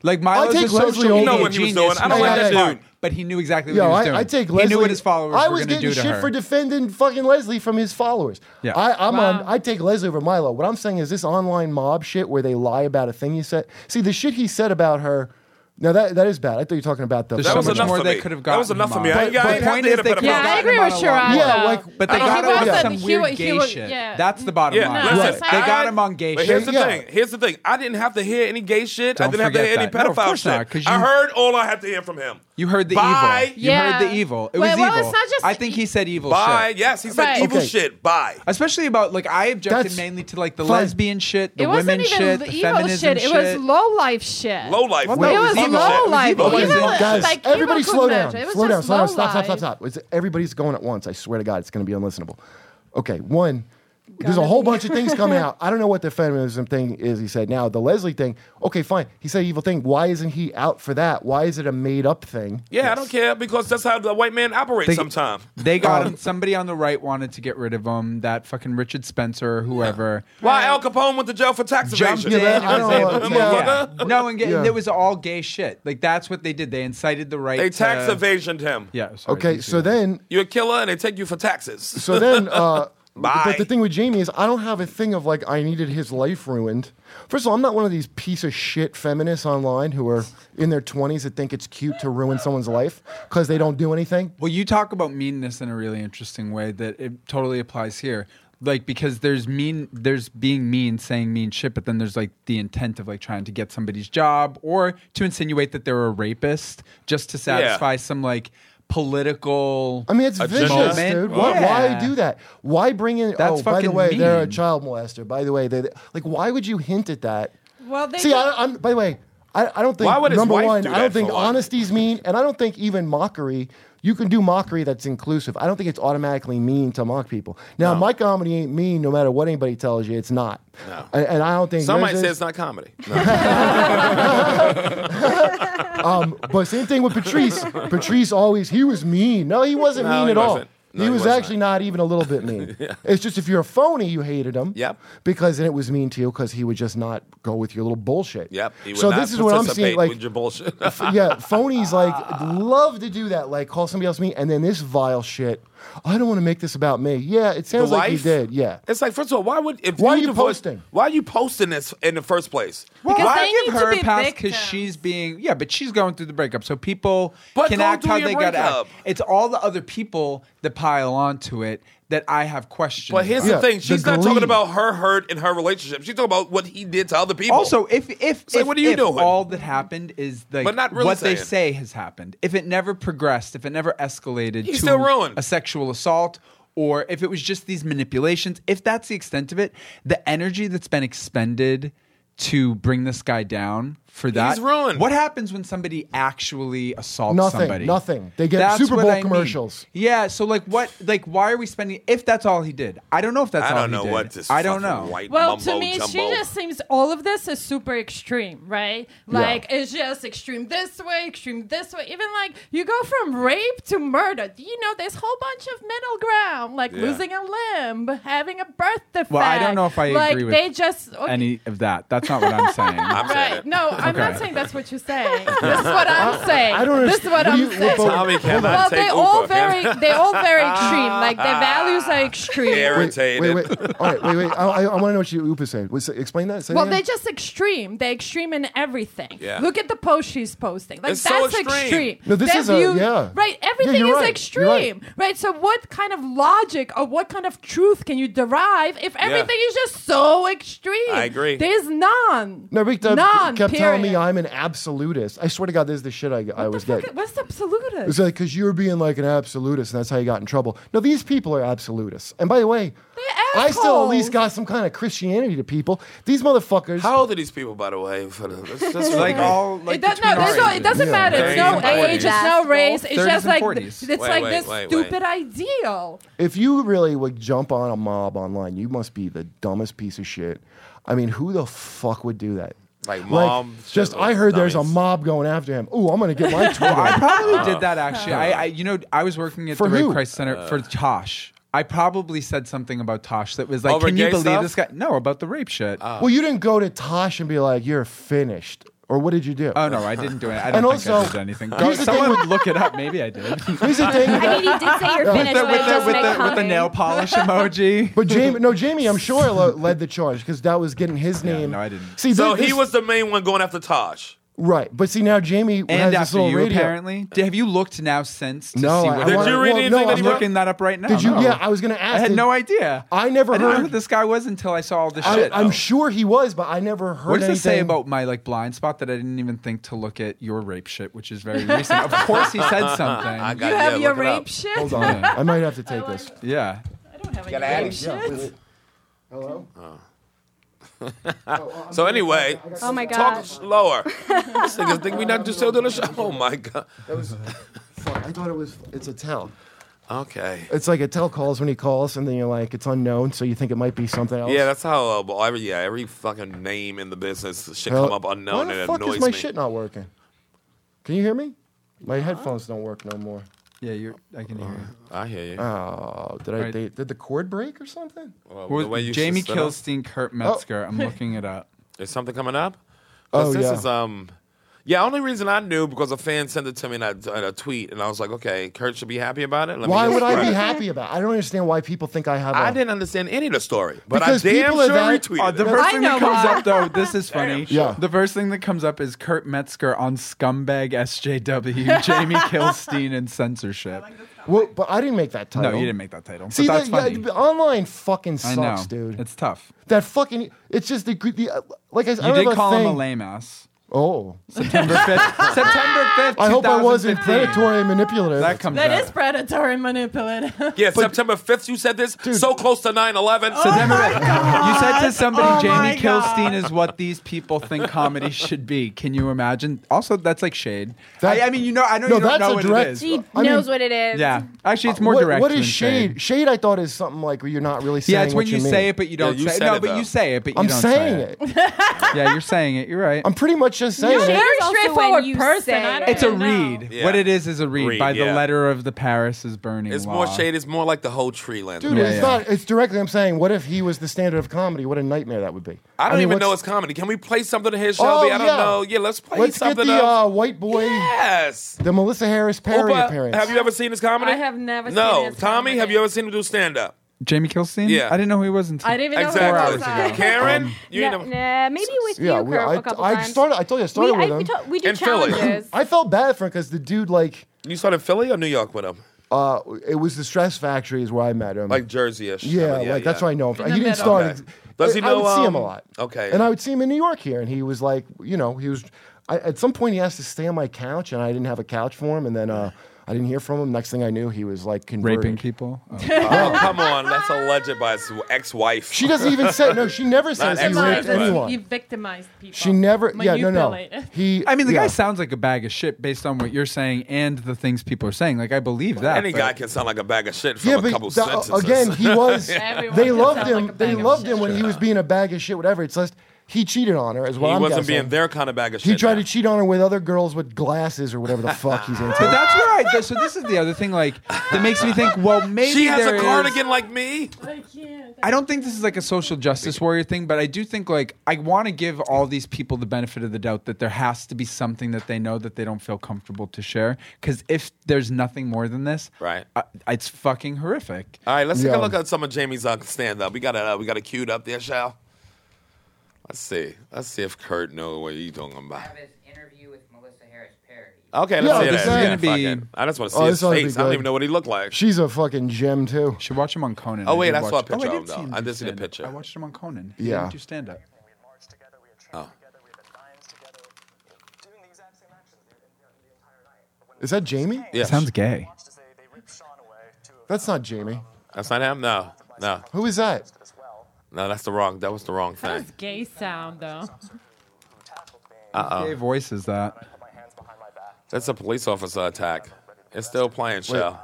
S7: like Milo's
S3: take
S7: a social
S3: Leslie over-
S7: media
S3: You know
S5: what he was
S7: genius
S5: doing. I don't
S7: who
S3: like
S7: was
S3: that
S7: smart,
S5: dude.
S7: But he knew exactly what
S3: Yo,
S7: he was
S3: I,
S7: doing.
S3: I take
S7: He
S3: Leslie.
S7: knew what his followers
S3: I
S7: were
S3: was
S7: going to
S3: getting
S7: do to
S3: shit
S7: her.
S3: for defending fucking Leslie from his followers.
S7: Yeah.
S3: I, I'm on.
S10: Wow.
S3: I take Leslie over Milo. What I'm saying is this online mob shit where they lie about a thing you said. See the shit he said about her. Now that that is bad. I thought you were talking about the.
S7: There's
S5: That
S7: so
S5: was
S7: much
S5: enough
S7: more
S5: for
S7: they
S5: me.
S7: could have
S5: That
S7: gotten.
S5: was enough for
S7: him
S5: me. I-
S7: on.
S5: yeah, I
S7: But
S5: ain't
S7: the point
S5: have
S7: is
S5: to
S7: they
S5: hit a
S7: could
S10: pedophile.
S7: have
S10: Yeah, I
S7: gotten
S10: agree
S7: him
S10: with
S7: on a
S10: Sharad,
S7: lot.
S3: though. Yeah, like-
S7: but they
S5: I don't
S7: got
S5: know
S7: him on
S5: about
S7: some
S10: that. He
S7: weird
S10: wa- he
S7: gay
S10: wa-
S7: shit.
S10: yeah.
S7: That's the bottom
S5: Yeah,
S7: line.
S10: No,
S5: listen.
S10: Right.
S7: They got
S5: I-
S7: him on gay
S5: but
S7: shit.
S5: Here's the
S3: Yeah.
S5: thing. Here's the thing. I didn't have to hear any gay shit. I
S7: Don't
S5: didn't have to
S7: forget
S5: hear any
S7: that.
S5: pedophile
S7: No, of course
S5: shit.
S7: not, 'cause
S5: I
S7: you-
S5: heard all I had to hear from him.
S7: You heard the
S5: Bye.
S7: evil. You
S10: Yeah.
S7: heard the evil. It
S10: Wait,
S7: was
S10: well,
S7: evil.
S10: it's not just-
S7: I think he said evil
S5: Bye.
S7: shit.
S5: Yes, he said
S10: Right.
S5: evil
S3: Okay.
S5: shit. Bye.
S7: Especially about like I objected
S3: That's-
S7: mainly to like the
S3: Fine.
S7: lesbian shit, the
S10: it wasn't
S7: women
S10: even
S7: shit,
S10: the
S7: the
S10: evil
S7: feminism
S10: shit. It was low life shit.
S5: Low life.
S3: Well,
S10: it
S3: no,
S10: was
S3: it was
S5: evil
S10: low
S5: shit.
S10: life.
S5: It was
S10: Even
S5: evil
S10: like,
S5: shit.
S3: Guys,
S10: like, people
S3: everybody
S10: couldn't
S3: slow down.
S10: measure. It was
S3: Slow down,
S10: just
S3: slow down.
S10: low
S3: Stop, stop, stop,
S10: life.
S3: stop. It's, everybody's going at once. I swear to God, it's going to be unlistenable. Okay, one, there's a whole bunch of things coming out. I don't know what the feminism thing is, he said. Now, the Leslie thing, okay, fine. He said evil thing. Why isn't he out for that? Why is it a made up thing?
S5: Yeah, I don't care because that's how the white man operates sometimes.
S7: They got
S3: Um,
S7: him. Somebody on the right wanted to get rid of him. That fucking Richard Spencer or whoever.
S5: Why Al Capone went to jail for tax
S7: Jumped
S5: evasion?
S7: in.
S3: Yeah, I don't know.
S7: and-
S3: Yeah.
S5: Motherfucker.
S7: No, and, get,
S3: Yeah.
S7: it was all gay shit. Like that's what they did. They incited the right.
S5: They tax
S7: to-
S5: evasioned him.
S7: Yeah. sorry,
S3: Okay,
S7: didn't see
S3: so
S7: that.
S3: then,
S5: You're a killer and they take you for taxes.
S3: so then, uh,
S5: Bye.
S3: But the thing with Jamie is, I don't have a thing of like I needed his life ruined. First of all, I'm not one of these piece of shit feminists online who are in their 20s that think it's cute to ruin someone's life because they don't do anything.
S7: Well, you talk about meanness in a really interesting way that it totally applies here. Like because there's mean, there's being mean, saying mean shit, but then there's like the intent of like trying to get somebody's job or to insinuate that they're a rapist just to satisfy some like political.
S3: I mean, it's
S5: Agenda.
S3: vicious,
S7: Moment.
S3: dude. Why,
S7: Yeah.
S3: why do that? Why bring in?
S7: That's
S3: oh, by the
S7: fucking
S3: way, they're a
S7: mean.
S3: child molester. By the way, they they- like. Why would you hint at that?
S8: Well, they
S3: See, I, I'm. By the way, I, I don't think.
S5: Why would his
S3: number
S5: wife
S3: one,
S5: do
S3: I
S5: that
S3: don't think
S5: for one?
S3: honesty's mean, and I don't think even mockery. You can do mockery that's inclusive. I don't think it's automatically mean to mock people. Now, my comedy ain't mean, no matter what anybody tells you. It's not. No. And, and I don't think
S5: Some might
S3: yours
S5: say
S3: is.
S5: it's not comedy. No.
S3: Um, but same thing with Patrice. Patrice always he was mean. No, he wasn't
S5: No,
S3: mean
S5: he
S3: at
S5: wasn't.
S3: all.
S5: No,
S3: he
S5: he
S3: was
S5: wasn't.
S3: actually not even a little bit mean. It's just if you're a phony, you hated him.
S5: Yep.
S3: Because and it was mean to you because he would just not go with your little bullshit.
S5: yep. he would
S3: So
S5: not
S3: this is what I'm
S5: participate
S3: seeing. Like,
S5: with your bullshit.
S3: f- yeah, phonies like love to do that. Like call somebody else mean, and then this vile shit. I don't want to make this about me. Yeah, it sounds like you
S5: wife?
S3: did. Yeah.
S5: It's like, first of all, why would if
S3: Why are you
S5: divorce-
S3: posting?
S5: Why are you posting this in the first place?
S10: Because
S7: Why
S10: they
S7: give
S10: need to
S7: her
S10: be
S7: a pass because
S10: victims.
S7: she's being yeah, but she's going through the breakup, so people
S5: But
S7: can
S5: go
S7: act
S5: through
S7: how
S5: your
S7: they got to act.
S5: breakup.
S7: It's all the other people that pile onto it that I have questions.
S5: But here's
S7: about.
S3: Yeah,
S5: the thing:
S3: the
S5: she's not talking
S3: glee.
S5: about her hurt in her relationship. She's talking about what he did to other people.
S7: Also, if if,
S5: So
S7: if,
S5: what are you
S7: if
S5: doing?
S7: all that happened is like
S5: But not really
S7: what they say
S5: saying.
S7: has happened, if it never progressed, if it never escalated
S5: He's
S7: to
S5: still ruined.
S7: a sexual assault, or if it was just these manipulations, if that's the extent of it, the energy that's been expended to bring this guy down for that
S5: He's ruined.
S7: What happens when somebody actually assaults
S3: Nothing,
S7: somebody?
S3: nothing. They get Super
S7: what
S3: Bowl
S7: I mean.
S3: commercials.
S7: Yeah, so like what like why are we spending if that's all he did? I don't know if that's
S5: I
S7: all
S5: don't
S7: he
S5: know
S7: did.
S5: what this.
S7: I don't
S5: fucking
S7: know.
S5: White
S8: Well,
S5: mumbo
S8: to me,
S5: jumbo.
S8: she just seems all of this is super extreme, right? Like it's just extreme this way, extreme this way. Even like you go from rape to murder. You know, there's whole bunch of middle ground, like
S5: Yeah.
S8: losing a limb, having a birth defect.
S7: Well, I don't know if I
S8: like,
S7: agree with
S8: they just okay,
S7: any of that. That's not what I'm saying.
S5: I'm saying
S8: Right?
S5: it.
S8: No, I'm not
S7: Okay.
S8: saying that's what you're saying. this is what I'm saying.
S3: I don't
S8: This is what I'm
S3: understand. What do you- what
S8: saying.
S3: both-
S5: Tommy cannot
S8: well,
S5: take
S8: they all
S5: Ufa.
S8: very, they all very extreme. Like their values are extreme.
S5: Aaron.
S3: Wait, wait, wait. All right, wait, wait. I, I, I want to know what you Oop is saying. Was, explain that. Say
S8: Well,
S3: that
S8: they're
S3: again.
S8: just extreme. They're extreme in everything.
S5: Yeah.
S8: Look at the post she's posting. Like
S5: It's so
S8: that's
S5: extreme.
S3: No, this
S8: Their
S3: is a- yeah.
S8: Right.
S3: Yeah,
S8: Everything
S3: you're right.
S8: is
S3: You're
S8: extreme.
S3: right.
S8: Right. So what kind of logic or what kind of truth can you derive if everything is just so extreme?
S5: I agree.
S8: There's none.
S3: No, Rick kept
S8: none,
S3: telling me
S8: period.
S3: I'm an absolutist. I swear to God, this is the shit I, I was
S8: What the fuck-
S3: getting.
S8: What's the absolutist?
S3: It's like because you were being like an absolutist, and that's how you got in trouble. No, these people are absolutists. And by the way,
S8: They're
S3: I still at
S8: assholes.
S3: least got some kind of Christianity to people. These motherfuckers.
S5: How old are these people, by the way? For the, that's, that's
S7: like
S5: okay.
S7: all like
S8: it, does, no,
S7: between
S8: there's
S7: our
S8: no, it
S7: ages.
S8: doesn't
S3: Yeah.
S8: matter. It's
S5: Thirties
S8: no
S5: and
S8: age, it's no
S9: forties.
S8: race. It's
S7: Thirties
S8: just
S7: and
S8: like
S7: forties.
S8: th- it's
S5: Wait,
S8: like
S5: wait,
S8: this
S5: wait, wait.
S8: stupid ideal.
S3: If you really would jump on a mob online, you must be the dumbest piece of shit. I mean, who the fuck would do that?
S5: Like mom,
S3: just
S5: shit,
S3: I heard there's a
S5: dummies.
S3: mob going after him. Ooh, I'm gonna get my Twitter.
S7: I probably did
S8: Oh.
S7: that actually. I, I you know I was working at
S3: For
S7: the Red
S3: who?
S7: Christ Center
S5: Uh,
S7: for Tosh. I probably said something about Tosh that was like,
S5: Over
S7: "Can you
S5: gay
S7: believe
S5: stuff? Oh.
S7: this guy?" No, about the rape shit.
S3: well, you didn't go to Tosh and be like, "You're finished," or what did you
S5: Uh,
S3: do?
S7: oh no, I didn't do it. I
S3: And
S7: don't think I
S3: also-
S7: did anything.
S3: here's the thing
S7: Someone
S3: with-
S7: would look it up. Maybe I did. with
S3: Here's the thing.
S9: I mean, he did say you're finished,
S7: the,
S9: but it
S7: with, the,
S9: does
S7: with,
S9: make
S7: the, with the
S9: comment.
S7: nail polish emoji.
S3: But Jamie, no, Jamie, I'm sure lo- led the charge because that was getting his name.
S7: no, I didn't.
S3: See,
S5: So
S3: thi-
S5: he
S3: this-
S5: was the main one going after Taj.
S3: right, but see now Jamie has
S7: and
S3: this
S7: after
S3: little
S7: you,
S3: radio.
S7: apparently, D- have you looked now since? To
S3: No,
S7: see
S3: I-
S7: what
S3: I
S5: Did
S3: wanna-
S5: you read
S3: well,
S5: anything
S3: no,
S5: that
S3: I'm
S5: he wrote?
S7: I'm
S3: looking-
S7: looking that up right now.
S3: Did you?
S7: No.
S3: Yeah, I was gonna ask.
S7: I had
S3: did-
S7: no idea.
S3: I never
S7: I didn't know
S3: heard-
S7: who this guy was until I saw all this
S3: I,
S7: shit.
S3: I'm
S7: though.
S3: sure he was, but I never heard
S7: What does
S3: anything.
S7: it say about my like blind spot that I didn't even think to look at your rape shit, which is very recent? of course, he said
S5: I
S7: something.
S5: got
S8: You have your
S5: look it up.
S8: rape shit.
S3: Hold on, I might have to take this.
S7: Yeah,
S8: I don't have
S5: Gotta
S8: any
S5: add
S8: rape
S5: it.
S8: shit.
S3: Hello.
S5: So anyway,
S9: Oh my
S5: talk
S9: god.
S5: slower. This nigga think we not do still doing a show. Oh my god.
S3: Fuck, I thought it was. It's a tell.
S5: Okay.
S3: It's like a tell calls when he calls, and then you're like, it's unknown, so you think it might be something else.
S5: Yeah, that's how. Uh, well, every yeah, every fucking name in the business should
S3: Hell-
S5: come up unknown
S3: Why the
S5: and it
S3: fuck
S5: annoys
S3: is my
S5: me.
S3: shit not working? Can you hear me?
S7: Uh-huh.
S3: My headphones don't work no more.
S7: yeah, you're. I can hear. You.
S5: I hear you.
S3: Oh, did I?
S7: Right.
S3: They, did the cord break or something?
S5: Well,
S7: Well,
S5: the way you
S7: Jamie
S5: stood up.
S7: Kilstein, Kurt Metzger. I'm looking it up.
S5: Is something coming up?
S3: Oh,
S5: 'Cause this
S3: yeah.
S5: is um yeah, only reason I knew because a fan sent it to me in a, in a tweet and I was like, okay, Kurt should be happy about it. Let me
S3: Why
S5: just
S3: would I
S5: spread
S3: be
S5: it.
S3: happy about? it? I don't understand why people think I have. I
S5: I didn't understand any of the story, but
S3: Because
S5: I damn
S3: people are
S5: sure
S3: that-
S5: retweeted
S7: Uh, the
S5: it.
S7: first
S8: I
S7: thing
S8: know
S7: that comes
S8: why.
S7: up though, this is funny.
S3: Yeah.
S7: The first thing that comes up is Kurt Metzger on scumbag SJW, Jamie Kilstein, and censorship.
S3: Well, but I didn't make that
S7: No,
S3: title.
S7: you didn't make that title.
S3: See,
S7: but that's
S3: that,
S7: funny.
S3: yeah, online fucking
S7: I
S3: sucks,
S7: know,
S3: dude.
S7: It's tough.
S3: that fucking. It's just the, gr- the uh, like I, said, I
S7: You
S3: don't
S7: did
S3: have
S7: call
S3: thing.
S7: him a lame ass.
S3: Oh,
S7: September 5th. September 5th.
S3: I hope I wasn't
S7: 2015.
S3: predatory and manipulative.
S7: That comes
S8: That
S7: out.
S8: is predatory and manipulative.
S5: Yeah, September 5th, you said this? so close to 9 11.
S7: September 5th. You said to somebody,
S8: Oh my
S7: Jamie
S8: God.
S7: Kilstein is what these people think comedy should be. Can you imagine? Also, that's like shade.
S3: That-
S7: I, I mean, you know, I know
S3: No,
S7: you don't
S3: that's
S7: know
S3: a
S7: what
S3: direct-
S7: it is.
S9: She
S3: I mean-
S9: knows what it is.
S7: Yeah. Actually, it's more
S3: What-
S7: direct.
S3: What is
S7: than
S3: shade? shade? I thought is something like where you're not really saying
S7: Yeah, it's
S3: what
S7: when you,
S3: mean.
S7: say it, but you don't
S5: you
S7: say it.
S5: said
S7: No,
S5: it,
S7: but
S5: though.
S7: you say it, but you
S3: I'm
S7: don't
S3: saying
S7: say it.
S3: it.
S7: Yeah, you're saying it. You're right.
S3: I'm pretty much just saying
S8: You're a
S3: it.
S8: very
S9: also
S8: straightforward
S9: when you
S8: person.
S9: say
S8: I don't
S9: it.
S7: It's a
S8: know.
S7: read.
S5: Yeah.
S7: What it is is a read,
S5: Read,
S7: by the
S5: yeah.
S7: letter of the Paris is burning.
S5: It's
S7: law.
S5: more shade. It's more like the whole tree land.
S3: Dude,
S7: Yeah,
S3: it's
S7: yeah.
S3: not. It's directly. I'm saying, what if he was the standard of comedy? What a nightmare that would be.
S5: I don't
S3: mean,
S5: even know
S3: what's- Oh,
S5: it's comedy. Can we play something of his, Shelby? I don't
S3: yeah.
S5: know. Yeah, let's play
S3: Let's get
S5: something
S3: the
S5: of-
S3: uh, white boy,
S5: yes.
S3: the Melissa Harris Perry
S5: Opa,
S3: appearance.
S5: have you ever seen his comedy?
S8: I have never
S5: No.
S8: seen it as
S5: Tommy,
S8: comedy.
S5: have you ever seen him do stand up?
S7: Jamie Kilstein?
S5: Yeah.
S7: I didn't know who he was until
S8: I didn't even know
S5: Exactly.
S8: what
S7: hours
S8: it was.
S5: Karen, you
S9: Yeah,
S5: ain't never-
S9: nah, maybe with
S3: yeah,
S9: you,
S3: we,
S9: Kurt,
S3: I,
S9: a couple
S3: I
S9: times.
S3: started. I told you, I
S9: we,
S3: started with
S9: I,
S3: him.
S9: we, talk, we do
S5: In Philly.
S9: challenges.
S3: I felt bad for him because the dude, like,
S5: You started Philly or New York with him?
S3: uh, it was the Stress Factory is where I met him.
S5: Like Jersey ish.
S3: yeah, like that's where I know him. From.
S8: In the
S3: He didn't
S8: middle.
S3: start.
S5: Okay.
S3: ex-
S5: Does he
S3: I would
S5: know,
S3: see him a
S5: um,
S3: lot.
S5: okay.
S3: and I would see him in New York here, and he was like, you know, he was. I, at some point, he asked to stay on my couch, and I didn't have a couch for him, and then. uh I didn't hear from him. Next thing I knew, he was like converted.
S7: raping people. Oh.
S5: Oh, come on. That's alleged by his ex wife.
S3: She doesn't even say no. She never says he
S5: everybody,
S3: raped
S5: but-
S3: anyone.
S8: He victimized people.
S3: She never. Yeah, no, no.
S8: Manipulated.
S3: He.
S7: I mean, the
S3: yeah.
S7: guy sounds like a bag of shit based on what you're saying and the things people are saying. Like, I believe that.
S5: Any
S7: but-
S5: guy can sound like a bag of shit from
S3: Yeah,
S5: a
S3: but
S5: couple
S3: the- uh,
S5: sentences.
S3: again, he was.
S8: Everyone
S3: they
S8: can
S3: loved
S8: sound like
S3: him.
S8: a
S3: they
S8: bag of
S3: loved
S8: shit.
S3: him when he was being a bag of shit. Whatever. It's just he cheated on her as well.
S5: he
S3: I'm
S5: wasn't
S3: guessing.
S5: being their kind of bag of shit.
S3: He tried
S5: now.
S3: to cheat on her with other girls with glasses or whatever the fuck he's
S7: But
S3: into.
S7: that's where I. th- So this is the other thing, like that makes me think. Well, maybe
S5: She has
S7: there
S5: a
S7: is-
S5: cardigan like me.
S8: I can't.
S7: I don't think this is like a social justice warrior thing, but I do think like I want to give all these people the benefit of the doubt that there has to be something that they know that they don't feel comfortable to share. Because if there's nothing more than this,
S5: Right.
S7: uh, it's fucking horrific.
S5: All right, let's take
S3: Yeah.
S5: a look at some of Jamie's uh, stand up. We got it. Uh, we got it queued up there, shall? Let's see. Let's see if Kurt knows what you talking about.
S11: have his interview with Melissa Harris Perry.
S5: Okay,
S3: Yeah,
S5: let's see
S3: this
S5: that. Yeah,
S3: is
S7: gonna be-
S5: fuck it. I just want to see
S3: Oh,
S5: his
S3: this ought to be
S5: face. I don't
S3: good.
S5: even know what he looked like.
S3: She's a fucking gem too.
S7: Should watch him on Conan.
S5: Oh, wait,
S7: did
S5: I saw a
S7: watch-
S5: picture
S7: oh,
S5: of
S7: did
S5: him, though.
S7: see him
S5: I
S7: do
S5: did see the
S7: stand-up.
S5: picture.
S7: I watched him on Conan.
S3: Yeah.
S7: do stand up.
S11: We had marched together, we had trained
S5: Oh.
S11: together, we had been lines together, doing the exact same actions the, the, the entire night. But when
S3: Is that Jamie?
S5: Yeah.
S7: Sounds gay.
S11: watched as they, they ripped Sean away, two of
S3: That's not Jamie.
S5: That's not him? No. No,
S3: Who is that?
S5: no, that's the wrong. That was the wrong
S8: How
S5: thing.
S8: does gay sound though?
S5: Uh
S7: Gay
S5: oh,
S7: voice is that?
S5: that's a police officer attack. It's still playing,
S11: Uh,
S5: Shell.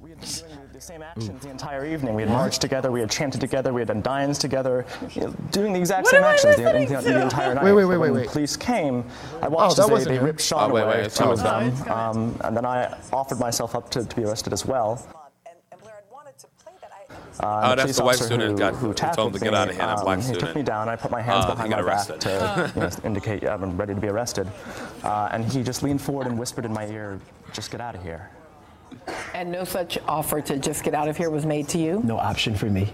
S11: We had been doing the, the same actions the entire evening. We had marched together, we had chanted together, we had done dines together, you know, doing the exact
S8: What
S11: same
S8: am I
S11: actions the,
S8: listening
S11: the,
S8: to?
S11: the entire night.
S3: Wait, wait, wait,
S11: When
S3: wait,
S11: The
S3: wait.
S11: police came. I watched
S3: that
S11: as
S3: wasn't
S11: they, they
S3: him.
S11: ripped Sean
S5: Oh, wait,
S11: away,
S5: wait, it's
S11: two of
S5: coming.
S11: them,
S8: it's coming.
S11: um, and then I offered myself up to, to be arrested as well. Uh,
S5: Oh, that's
S11: police
S5: the white
S11: officer
S5: student
S11: who,
S5: got-
S11: who
S5: who told him
S11: tackled
S5: to get
S11: me,
S5: out of here, that
S11: um,
S5: black
S11: he
S5: student.
S11: took me down. I put my hands
S5: Uh, he
S11: behind
S5: got
S11: my
S5: arrested.
S11: back to you know, indicate yeah, I'm ready to be arrested. Uh, and he just leaned forward and whispered in my ear, "Just get out of here."
S12: And no such offer to just get out of here was made to you? Oh,
S11: No option for me.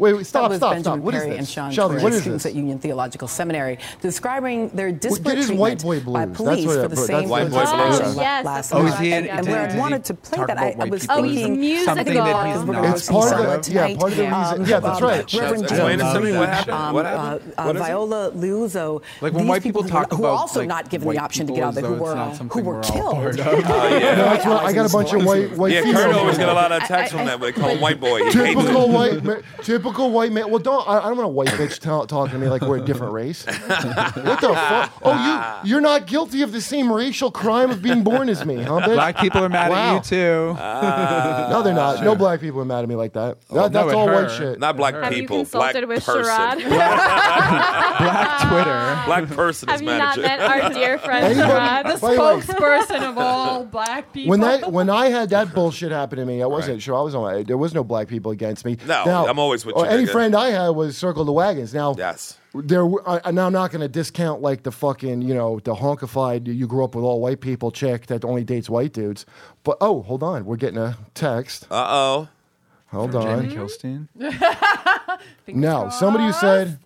S3: Wait, wait,
S12: That
S3: stop,
S12: was
S3: stop,
S12: Benjamin
S3: stop. What is
S12: Perry and
S3: this?
S12: Sean
S3: Shelby,
S12: Torres,
S3: what is
S12: students
S3: this?
S12: at Union Theological Seminary, describing their disparate
S3: is
S12: treatment
S3: white boy blues?
S12: by
S3: That's
S12: police
S3: what
S12: for
S3: I-
S12: the
S3: that's
S12: same
S5: what I-
S12: group
S5: White boy
S12: action
S5: blues.
S12: la-
S6: Yes,
S12: last
S6: that's
S7: Oh,
S6: what
S7: is
S12: night.
S7: he?
S6: I
S7: An,
S6: got.
S12: and
S7: did,
S12: where I
S7: did he
S12: wanted to play
S7: talk
S12: that,
S7: about
S12: I, I
S7: white
S12: was
S7: people?
S12: thinking
S6: musical.
S12: something that he's
S6: It's
S12: we're going to
S3: part
S12: see
S3: of the-
S12: someone
S3: yeah,
S12: tonight.
S3: part of the reason- yeah, that's
S12: Um,
S3: right.
S12: Reverend
S5: Explain
S12: Jim
S5: it to me,
S12: Murphy,
S5: what happened?
S12: um,
S5: What happened?
S12: uh, uh,
S5: What is it?
S12: Viola Luzo.
S7: Like, when
S12: these
S7: white people talk
S12: who, who
S7: about,
S12: are also
S7: like,
S12: not given
S7: white
S12: the option to
S7: people
S12: get out
S7: as
S12: there,
S7: though
S12: who
S7: it's
S12: were,
S7: not
S12: who
S7: something
S12: were
S7: we're all
S12: killed.
S7: part of.
S3: No, that's right. I got a bunch of white, white
S5: Oh, Yeah,
S3: females
S5: Kurt always
S3: in
S5: get a
S3: there.
S5: lot of attacks from that. They call him white boy. He hates it.
S3: Typical white, ma- typical white man. Well, don't. I, I don't want a white bitch tell, talking to me like we're a different race. what the fuck? Oh, you you're not guilty of the same racial crime of being born as me, huh, bitch?
S7: Black people are mad
S3: Wow.
S7: at you too.
S3: no, they're
S5: Ah,
S3: not. No black people are mad at me like that.
S5: Oh,
S3: that
S7: no,
S3: that's
S7: at
S3: all
S7: her.
S3: white shit.
S5: Not black
S6: Have you
S5: people.
S6: consulted
S5: black
S6: with
S5: person.
S6: Sharad?
S5: Uh,
S7: Black Twitter.
S5: Black person
S6: Have
S5: is
S6: you
S5: mad at
S6: not
S5: you.
S6: met our dear friend
S3: Anybody-
S8: The
S6: Sharad?
S3: Wait, wait.
S8: spokesperson of all black people.
S3: When that when I had that bullshit happen to me, I wasn't sure. I was on my. There was no black people against me.
S5: No, I'm always with
S3: or
S5: you,
S3: Any
S5: nigga.
S3: friend I had was circle the wagons. Now,
S5: Yes.
S3: there were- I, and I'm not going to discount like the fucking you know the honkified you grew up with all white people chick that only dates white dudes. But oh, hold on, we're getting a text.
S5: Uh oh.
S3: Hold
S7: Jamie
S3: on,
S7: Kilstein.
S3: no, somebody who said,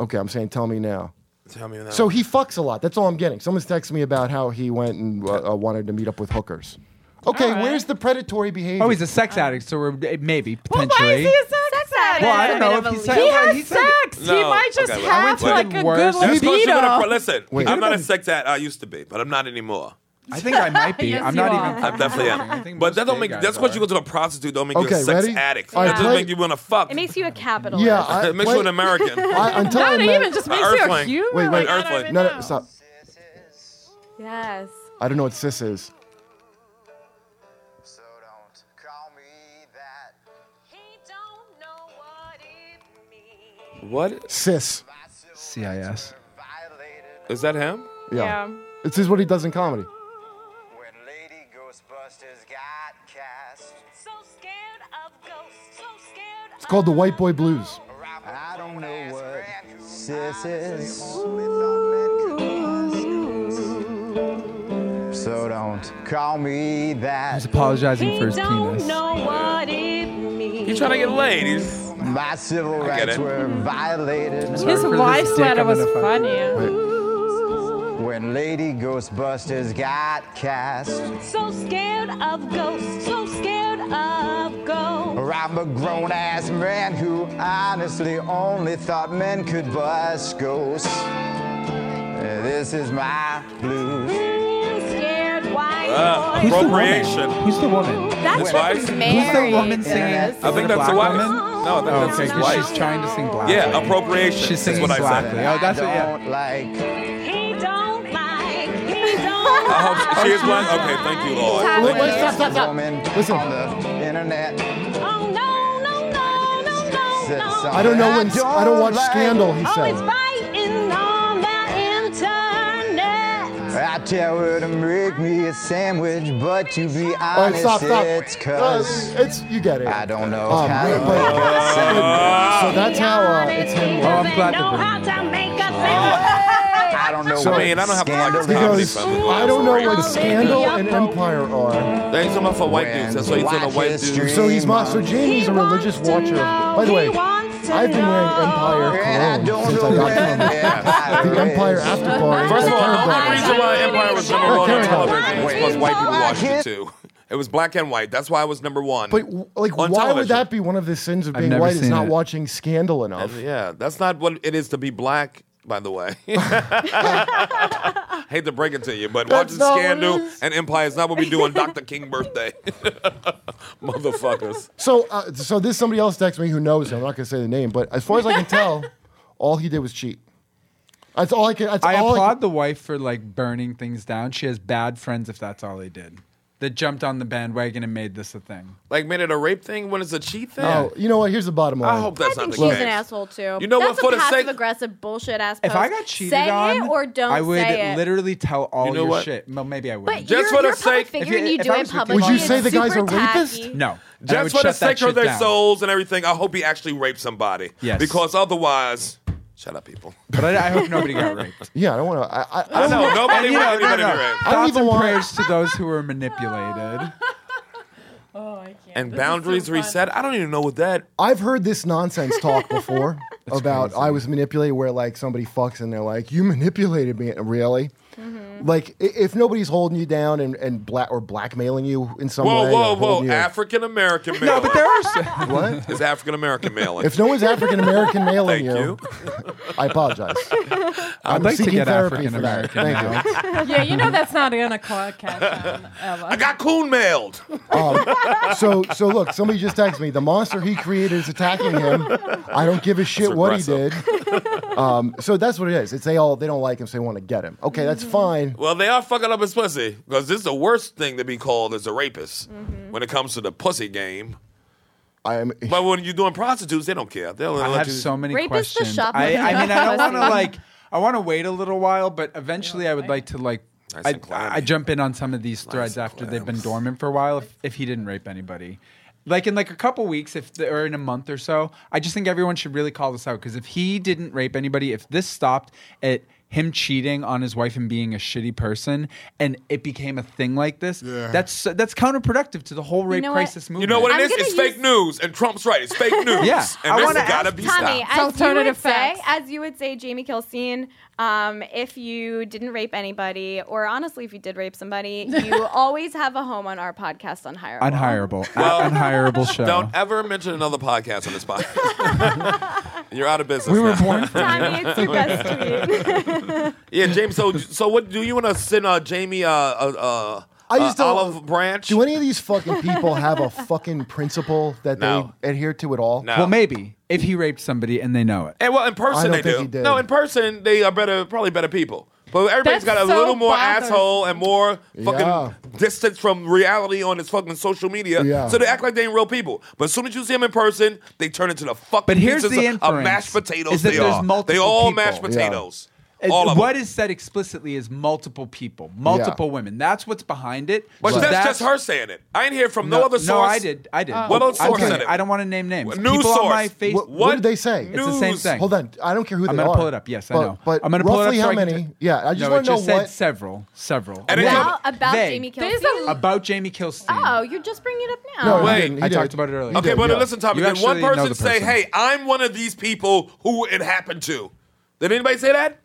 S3: okay, I'm saying, tell me now.
S5: Tell me that.
S3: So he fucks a lot. That's all I'm getting. Someone's texting me about how he went and uh, uh, wanted to meet up with hookers. Okay,
S8: right.
S3: where's the predatory behavior?
S7: Oh, he's a sex
S12: Um,
S7: addict, so we're, eh, maybe
S8: Well, why is
S7: potentially.
S8: he a sex addict?
S7: Well, I don't know if he's
S8: He
S7: well,
S8: has
S7: he said-
S8: sex. he
S5: No,
S8: might just
S5: okay, well, I
S8: have
S5: went to
S7: the
S8: like a good
S7: worst-
S5: That's close to what I'm-
S8: libido.
S5: Listen,
S3: Wait.
S5: I'm not a sex addict. I used to be, but I'm not anymore.
S7: I think I might be.
S8: Yes,
S7: I'm
S8: you
S7: not
S8: are.
S7: even.
S5: I definitely
S7: I
S5: am.
S7: think
S5: But
S7: most
S5: that don't
S7: gay
S5: make.
S7: guys
S5: That's what
S7: are.
S5: you go to a prostitute. Don't make you
S3: Okay,
S5: a sex
S3: ready?
S5: addict.
S3: All right,
S5: It just
S3: play-
S5: make you want to fuck.
S6: It makes you a capitalist.
S3: yeah, I,
S5: It makes you
S3: wait,
S5: an American.
S3: I, am
S8: Not
S3: telling you,
S8: even just
S5: An
S8: makes you a
S5: earthling.
S8: human.
S3: Wait, wait,
S8: like, I don't
S5: earthling.
S8: even
S3: no,
S8: know.
S3: no, stop.
S6: Yes.
S3: I don't know what sis is.
S11: So don't call me that.
S5: What
S3: Sis.
S7: CIS.
S5: is that? Him?
S3: Yeah.
S6: Yeah.
S3: This is what he does in comedy.
S11: When Lady Ghostbusters got cast,
S3: It's called the White Boy Blues.
S11: I don't know what sis is. So don't call me that.
S7: He's apologizing for his penis.
S5: He trying to get laid. He's
S11: My civil
S5: I get
S11: rights
S5: it.
S11: were violated
S8: His
S7: for this
S8: wife's
S7: dick,
S8: letter
S7: I'm
S8: was
S7: gonna fuck.
S8: funny.
S11: when Lady Ghostbusters got cast.
S9: So scared of ghosts, so scared of ghosts.
S11: Or I'm a grown ass man who honestly only thought men could bust ghosts. Uh, This is my blues.
S6: Mm,
S9: Scared white
S5: uh,
S7: Who's the woman?
S5: appropriation.
S7: Who's the woman?
S5: His wife?
S9: That's who's
S5: Who's the
S7: Who's the
S9: married.
S7: woman singing?
S11: Yeah.
S7: Is
S5: I
S7: it
S5: think
S7: a
S5: that's the
S7: black
S5: wife.
S7: woman?
S5: No, I think
S7: Oh,
S5: that's
S7: okay,
S5: his
S7: 'cause
S5: wife.
S7: she's trying to sing black.
S5: yeah,
S7: lady.
S5: appropriation.
S7: She's
S5: is
S7: singing
S5: what I
S7: blackly.
S5: said.
S7: Oh, that's
S11: I
S7: it. Yeah.
S11: don't like.
S9: He don't like, he don't
S5: I hope Oh, she, she is black. Okay, thank you, Lord.
S3: Wait, wait, stop, stop, stop.
S11: Woman
S3: Listen.
S11: on the internet.
S9: Oh no, no, no, no, no,
S11: said
S9: no.
S11: something
S3: I don't know when. I don't watch
S11: like.
S3: Scandal,
S8: Oh,
S3: he
S9: Always
S3: said.
S9: biting on the internet.
S11: I tell her to make me a sandwich, but to be
S3: All right,
S11: honest,
S3: stop, stop.
S11: it's
S3: Uh,
S11: cause
S3: it's, you get it.
S11: I don't know
S3: Um,
S11: how to
S3: but-
S11: make a sandwich.
S5: Ah,
S3: so that's how uh, it's him.
S7: Oh, I'm glad
S9: Know
S7: that
S9: how to make a
S5: Oh,
S9: sandwich.
S11: I don't know
S5: So,
S11: what
S5: man, I don't have to like
S11: Scandal
S5: this
S3: He
S11: is.
S5: comedy
S3: goes, I don't know what Scandal and Empire are.
S5: They ain't talking about for white dudes. That's what he's talking about white
S11: Watch
S5: dudes.
S3: So he's my, so Jamie's a religious watcher. By the way, I've been wearing Empire
S11: Yeah,
S3: cologne
S11: I don't
S3: since
S11: know
S3: I got
S11: when
S3: home. The Empire after party.
S5: First of all, the only
S3: Terrible.
S5: reason why Empire was number one on
S3: Karen Bell.
S5: television was because white people watched it too. It was black and white. That's why it was number one.
S3: But w- like, why
S5: On
S3: would
S5: television.
S3: that be one of the sins of being
S7: never
S3: white? Is
S7: seen
S3: not
S7: it.
S3: watching Scandal enough.
S5: yeah, that's not what it is to be black. By the way, hate to break it to you, but watching
S3: That's not what it
S5: Scandal
S3: is.
S5: and Empire is not what we do on Dr. King birthday. Motherfuckers.
S3: So, uh, so this somebody else texted me who knows him. I'm not going to say the name, but as far as I can tell, all he did was cheat. That's all I can. That's
S7: I
S3: all
S7: applaud
S3: I can,
S7: the wife for like burning things down. She has bad friends if that's all they did. That jumped on the bandwagon and made this a thing.
S5: Like, made it a rape thing when it's a cheat thing?
S3: No, oh, you know what? Here's the bottom line.
S5: I hope that's
S6: I
S5: not
S6: think
S5: the
S6: she's an
S5: case.
S6: asshole too.
S5: You know
S6: That's
S5: what,
S6: a
S5: for the sake-
S6: passive aggressive bullshit ass.
S7: If
S6: post.
S7: I got cheated
S6: say
S7: on,
S6: it or don't
S7: I would
S6: say it.
S7: literally tell all
S5: You know
S7: your
S5: what?
S7: shit. Well, maybe I would.
S6: but
S5: Just
S6: you're,
S5: for
S6: you're
S5: the
S6: a public
S5: sake-
S6: figure
S7: If
S6: and
S7: you-
S6: you
S7: if
S6: do
S7: I
S6: it
S7: was with
S6: publicly.
S7: you, Would you
S6: it's
S3: say the guy's
S6: super
S3: a rapist?
S6: tacky.
S7: no, And I would
S5: Just for the
S7: shut that
S5: sake of
S7: shit
S5: their
S7: down.
S5: souls and everything, I hope he actually raped somebody.
S7: Yes.
S5: Because otherwise, shut up, people.
S7: But I, I hope nobody got raped.
S3: Yeah, I don't want to. I, I, I
S5: I
S7: Oh
S3: don't
S5: know, nobody
S7: And, you know,
S5: raped
S7: no,
S5: anybody
S7: no.
S5: raped.
S3: I don't
S7: Thoughts
S3: even
S7: and
S3: want-
S7: prayers to those who were manipulated.
S8: Oh, I can't.
S5: And
S8: This is so
S5: boundaries
S8: fun.
S5: reset? I don't even know what that.
S3: I've heard this nonsense talk before about I was manipulated, where like somebody fucks and they're like, "You manipulated me." Really? Like i- if nobody's holding you down and and bla- or blackmailing you in some
S5: Whoa,
S3: way.
S5: whoa,
S3: or holding
S5: whoa.
S3: you-
S5: African American mailing.
S7: no, but there are. Some,
S3: what?
S5: It's African American mailing.
S3: If no one's African American mailing
S5: Thank you.
S3: I apologize.
S7: I'd
S3: I'm
S7: like to
S3: seeking
S7: get
S3: therapy
S7: African
S3: for that.
S7: American.
S3: Thank you.
S7: now.
S8: Yeah, you know that's not gonna call catch on Ella.
S5: I got coon mailed.
S3: Um, so, so look, somebody just texted me. The monster he created is attacking him. I don't give a shit what he did. Um, so that's what it is. It's they all they don't like him, so they want to get him. Okay, that's
S8: Mm.
S3: fine.
S5: Well, they are fucking up his pussy because this is the worst thing to be called as a rapist when it comes to the pussy game.
S3: I am.
S5: But when you're doing prostitutes, they don't care. They'll
S7: I
S5: let
S7: have
S5: you.
S7: so many
S6: Rapists the
S7: questions.
S6: shop
S7: I,
S6: window.
S7: I mean, I don't want to
S6: Pussy.
S7: like. I want to wait a little while, but eventually, I would like to like.
S5: Nice
S7: I,
S5: and clammy.
S7: I jump in on some of these threads
S5: and
S7: after they've been
S5: clams.
S7: dormant for a while. If, if he didn't rape anybody, like in like a couple weeks, if the, or in a month or so, I just think everyone should really call this out because if he didn't rape anybody, if this stopped at him cheating on his wife and being a shitty person, and it became a thing like this, that's that's counterproductive to the whole rape
S6: know what?
S7: crisis movement.
S5: you know what
S6: I'm
S5: it is?
S6: gonna
S5: It's fake
S6: use-
S5: news, and Trump's right. It's fake news.
S7: Yeah. I
S5: and this
S7: wanna
S5: has gotta
S7: ask
S5: be
S6: Tommy,
S5: stopped.
S6: as you
S8: alternative
S6: would say,
S8: facts.
S6: as you would say, Jamie Kilstein, um, if you didn't rape anybody, or honestly, if you did rape somebody, you always have a home on our podcast on Hire.
S7: Unhireable,
S5: Well,
S7: unhireable show.
S5: Don't ever mention another podcast on this podcast. You're out of business.
S7: we were
S5: now.
S7: born for
S6: Tommy, it's your best tweet.
S5: Yeah, James. So, so what do you want to send uh, Jamie? Uh, uh, uh,
S3: I just
S5: uh,
S3: don't-
S5: olive branch.
S3: Do any of these fucking people have a fucking principle that
S5: No.
S3: they adhere to at all?
S5: No.
S7: Well, maybe if he raped somebody and they know it.
S5: And well, in person
S3: I don't
S5: they
S3: think
S5: do.
S3: he did.
S5: No, in person they are better, probably better people. But everybody's
S8: That's
S5: got a
S8: so
S5: little more
S8: bothersome.
S5: asshole and more fucking
S3: Yeah.
S5: distance from reality on his fucking social media.
S3: Yeah.
S5: So they act like they ain't real people. But as soon as you see them in person, they turn into the fucking
S7: But here's
S5: pieces
S7: the
S5: of- of
S7: inference,
S5: mashed potatoes.
S7: is that
S5: they
S7: there's
S5: are. they
S7: multiple
S5: all
S7: people.
S5: mashed
S7: Yeah.
S5: potatoes.
S7: It-
S5: All of
S7: what
S5: them.
S7: is said explicitly is multiple people, multiple women. That's what's behind it.
S5: But
S7: So
S5: that's, just her saying it. I ain't hear from no,
S7: No,
S5: other
S7: no,
S5: source.
S7: I did. I did.
S3: Oh.
S5: What other
S7: I
S5: source
S7: don't-
S5: said it?
S7: I don't want to name names.
S5: News
S7: people on my
S5: source.
S7: face.
S3: What, what
S5: What
S3: did they say?
S7: It's the same
S5: news?
S7: thing.
S3: Hold on, I don't care who
S7: I'm
S3: they
S7: gonna
S3: are.
S7: pull it up. Yes, I
S3: But-
S7: know.
S3: But
S7: I'm gonna pull it up
S3: roughly
S7: so
S3: how
S7: I can
S3: many?
S7: t-
S3: yeah, I just
S7: no,
S3: want
S7: it
S3: to know
S7: just said
S3: what.
S7: several, several
S5: And it
S7: Women.
S5: comes-
S6: About, about
S7: They-
S6: Jamie
S8: There's
S6: Kilstein.
S8: a-
S7: about Jamie Kilstein.
S6: oh, you're just bringing it up now.
S3: No, he
S5: Wait.
S3: didn't. He
S7: I
S3: did.
S7: talked about it earlier.
S3: He
S5: Okay,
S3: did,
S5: but
S3: yeah.
S5: listen, Tommy.
S7: You
S5: Did one
S7: actually know
S5: person
S7: the
S5: say,
S7: person.
S5: "Hey, I'm one of these people who it happened to"? Did anybody say that?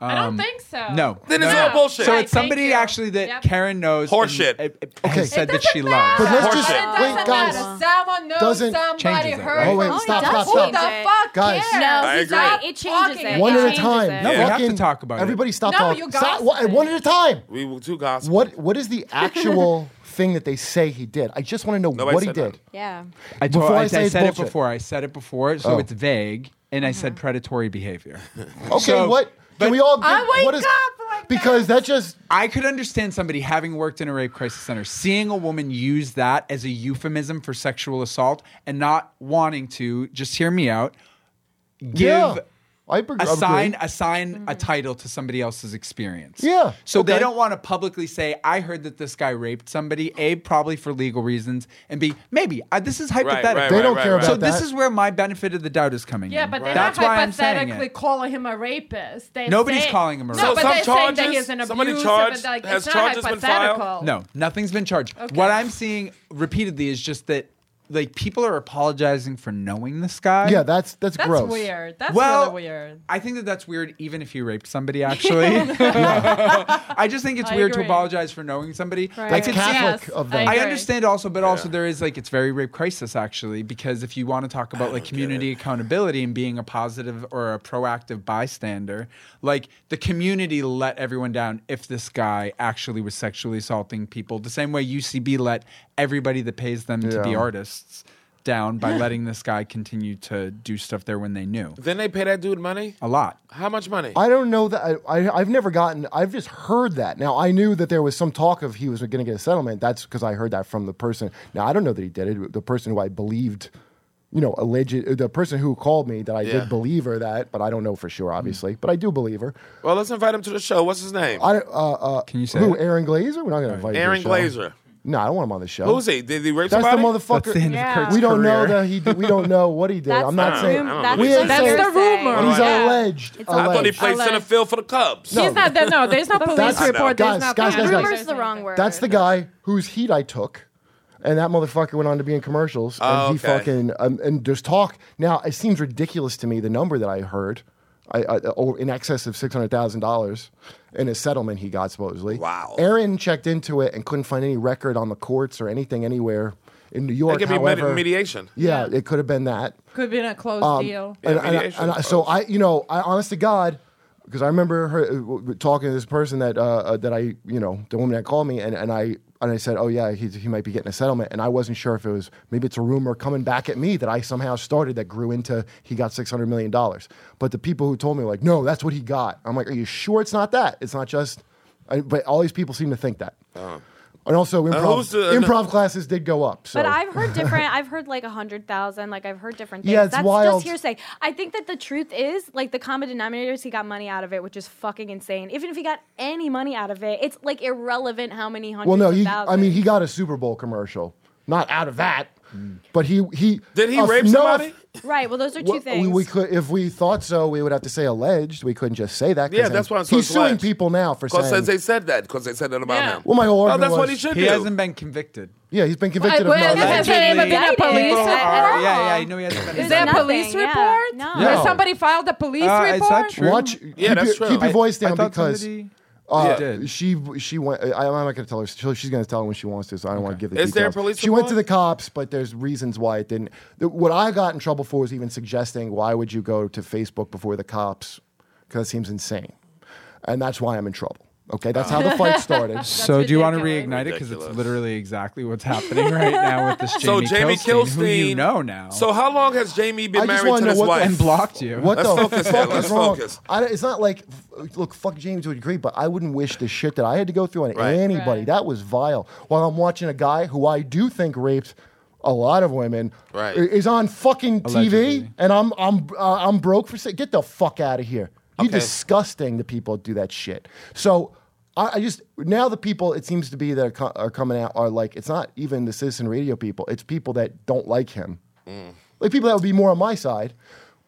S8: I don't think so.
S7: no.
S5: Then it's
S8: Um, No.
S5: all bullshit.
S7: So
S8: Right,
S7: it's somebody
S8: thank you.
S7: actually that
S8: Yep.
S7: Karen knows.
S5: Horseshit.
S7: And, uh,
S3: Okay.
S7: has said
S8: It
S7: that she
S8: doesn't
S7: loves.
S3: But let's
S5: Horseshit.
S3: just
S8: It doesn't
S3: wait, guys.
S8: matter. Someone knows
S3: Doesn't-
S8: somebody
S7: Changes it,
S8: hurt.
S7: right?
S3: Oh wait,
S6: Oh, it
S3: stop,
S6: does
S3: stop,
S8: Who
S3: stop.
S6: change
S8: the
S6: it.
S8: fuck
S3: Guys.
S8: cares?
S6: No,
S5: I
S6: he's
S5: agree.
S6: right. It changes
S8: Fucking
S6: it.
S3: One
S6: it
S3: at a
S6: changes
S3: time.
S6: it.
S7: No, we have to
S3: Fucking-
S7: talk about it.
S3: Everybody stop
S8: No,
S3: talking.
S8: you
S3: Stop-
S8: gossiping.
S3: what- one at a time.
S5: We were too gossip.
S3: What What is the actual thing that they say he did? I just want to know
S5: Nobody
S3: what he
S5: said
S3: did.
S5: that.
S6: Yeah.
S7: I, told,
S3: Before
S7: I,
S3: I say
S7: I
S3: it's
S7: said it
S3: bullshit.
S7: before. I said it before, so
S3: Oh.
S7: it's vague, and I
S8: Mm-hmm.
S7: said predatory behavior.
S3: Okay,
S7: So-
S3: what?
S7: but
S3: Can we all?
S8: I wake
S3: what is,
S8: up like
S3: because that just
S7: I could understand somebody having worked in a rape crisis center, seeing a woman use that as a euphemism for sexual assault, and not wanting to. Just hear me out. Give.
S3: yeah. I beg- agree.
S7: assign assign a
S8: Mm-hmm.
S7: title to somebody else's experience.
S3: Yeah,
S7: So they
S3: okay.
S7: don't want to publicly say, "I heard that this guy raped somebody." A probably for legal reasons, and B maybe I, this is
S5: right,
S7: hypothetical.
S5: right,
S3: They don't
S5: right,
S3: care
S5: right.
S7: so
S3: about
S7: this
S3: that.
S7: is where my benefit of the doubt is coming
S8: Yeah,
S7: in.
S8: but they're
S7: That's
S8: not
S7: why I'm saying
S8: hypothetically
S7: it.
S8: calling him a rapist. They
S7: Nobody's
S8: say-
S7: calling him a
S8: No,
S7: rapist.
S8: but
S5: So
S8: they're
S5: some
S8: saying that
S5: charges-
S8: he's an
S5: somebody
S8: abusive.
S5: charged-
S8: but, like,
S5: has
S8: it's not
S5: charges been filed?
S8: hypothetical.
S7: No, nothing's been charged.
S8: Oh. Okay.
S7: What I'm seeing repeatedly is just that like people are apologizing for knowing this guy.
S3: Yeah, that's that's,
S8: That's
S7: gross.
S8: weird. That's
S7: well,
S8: really weird.
S7: I think that that's weird, even if you raped somebody. Actually, I just think it's
S8: I
S7: weird
S8: agree.
S7: to apologize for knowing somebody.
S8: Right.
S7: I
S8: That's
S7: could
S8: Catholic
S7: see-
S8: Yes, of them. I
S7: I,
S8: agree.
S7: understand also, but also there is like it's very rape crisis actually, because if you want to talk
S3: Oh,
S7: about like community accountability and being a positive or a proactive bystander, like the community let everyone down if this guy actually was sexually assaulting people. The same way UCB let everybody that pays them to be
S5: Yeah.
S7: artists down by letting this guy continue to do stuff there when they knew.
S5: Then they pay that dude money?
S7: A lot.
S5: How much money?
S3: I don't know that I, I I've never gotten I've just heard that. Now I knew that there was some talk of he was going to get a settlement. That's because I heard that from the person. Now I don't know that he did it. The person who I believed, you know, alleged the person who called me that I
S5: Yeah.
S3: did believe her that, but I don't know for sure, obviously. But I do believe her.
S5: Well, let's invite him to the show. What's his name?
S3: I don't- uh, uh, Can you
S5: say
S3: who?
S5: it?
S3: Aaron Glazer? We're not going to invite him to
S5: Aaron
S3: the show.
S5: Glazer.
S3: No, I don't want him on the show.
S5: Who's he? Did he rape
S3: That's
S5: somebody?
S3: the motherfucker. we don't know that he. Did, we don't know what he did.
S5: That's
S3: I'm not
S5: the
S3: saying.
S5: rumor-
S3: we
S5: that's
S3: ain't
S5: the
S3: saying-
S5: hearsay. rumor.
S3: He's
S5: Yeah.
S3: alleged.
S5: I thought he
S3: alleged.
S5: played center field for the Cubs.
S8: He's not there. No, there's no
S3: That's-
S8: police
S3: that's-
S8: report.
S3: Guys,
S8: There's nothing.
S3: guys, guys, guys.
S6: Rumor's the wrong word.
S3: That's the guy whose heat I took. And that motherfucker went on to be in commercials, and
S5: Oh,
S3: he
S5: okay.
S3: fucking um, and there's talk now. It seems ridiculous to me the number that I heard, I, I, oh, in excess of six hundred thousand dollars in a settlement he got supposedly. Wow. Aaron checked into it and couldn't find any record on the courts or anything anywhere in New York.
S5: It could be med-
S3: However,
S5: mediation.
S3: Yeah, it could have been that.
S8: Could be in a closed
S3: Um,
S8: deal.
S3: and- and- and I- so I, you know, I honest to God, because I remember her uh, w- w- talking to this person that uh, uh, that I, you know, the woman that called me, and, and I and I said, oh yeah, he he might be getting a settlement, and I wasn't sure if it was maybe it's a rumor coming back at me that I somehow started that grew into he got six hundred million dollars, but the people who told me were like, no, that's what he got. I'm like, are you sure it's not that? It's not just, I, but all these people seem to think that. And also,
S5: Uh-huh. And
S3: improv,
S5: who's the-
S3: improv classes did go up. So.
S6: But I've heard different. I've heard like a hundred thousand. Like I've heard different things.
S3: Yeah, it's
S6: That's
S3: wild.
S6: just hearsay. I think that the truth is like the common denominator is he got money out of it, which is fucking insane. Even if he got any money out of it, it's like irrelevant how many hundreds.
S3: Well, no,
S6: of
S3: he,
S6: thousands.
S3: I mean, he got a Super Bowl commercial. Not out of that, but he he
S5: Mm. did he
S3: uh,
S5: rape
S3: no,
S5: somebody?
S6: right. Well, those are two
S3: if-
S6: things.
S3: We, we could, if we thought so, we would have to say alleged. We couldn't just say that. 'cause
S5: Yeah,
S3: then-
S5: that's why I'm so
S3: he's suing
S5: alleged.
S3: people now for
S5: Because
S3: saying.
S5: they said that. Because they said that about him.
S3: Well, my whole
S5: Well,
S3: argument
S5: that's
S3: was,
S5: what he should
S7: He
S5: do.
S7: hasn't been convicted.
S3: Yeah, he's been convicted
S8: Well,
S3: of.
S8: I guess
S3: murder.
S8: that's- Hasn't even been a police
S7: People
S8: at
S7: are-
S8: all.
S7: Yeah, yeah, I know he hasn't been
S8: Is there a
S7: convicted.
S8: police report?
S6: No.
S3: No.
S8: Did somebody file the police
S7: Uh, is
S8: report?
S7: that true?
S3: Watch. keep your, Keep your voice down because. Uh,
S7: Yeah.
S3: She she went. I, I'm not going to tell her. She'll, she's going to tell when she wants to. So I don't want to give the
S5: Is there a
S3: details.
S5: police
S3: She went to the cops, but there's reasons why it didn't. The, what I got in trouble for was even suggesting why would you go to Facebook before the cops? Because that seems insane, and that's why I'm in trouble. Okay, that's how the fight started.
S7: So do you want to reignite it? Because it's literally exactly what's happening right now with this
S5: so
S7: Jamie,
S5: Jamie
S7: Kilstein, who you
S5: Kilstein-
S7: know now.
S5: So how long has Jamie been
S3: I just
S5: married
S3: wanna
S5: to
S3: know
S5: this
S3: what the-
S5: wife?
S7: and blocked you.
S3: What
S5: Let's
S3: the
S5: focus
S3: fuck
S5: here. Let's
S3: is wrong?
S5: focus.
S3: I, it's not like, f- look, fuck James to a degree, but I wouldn't wish the shit that I had to go through on anybody. That was vile. While I'm watching a guy who I do think raped a lot of women
S5: Right.
S3: i- is on fucking TV,
S5: Allegedly.
S3: and I'm I'm uh, I'm broke for say, get the fuck out of here. You
S5: Okay.
S3: disgusting. The people that do that shit. So. I I just now the people it seems to be that are, co- are coming out are like it's not even the citizen radio people it's people that don't like him
S5: Mm.
S3: like people that would be more on my side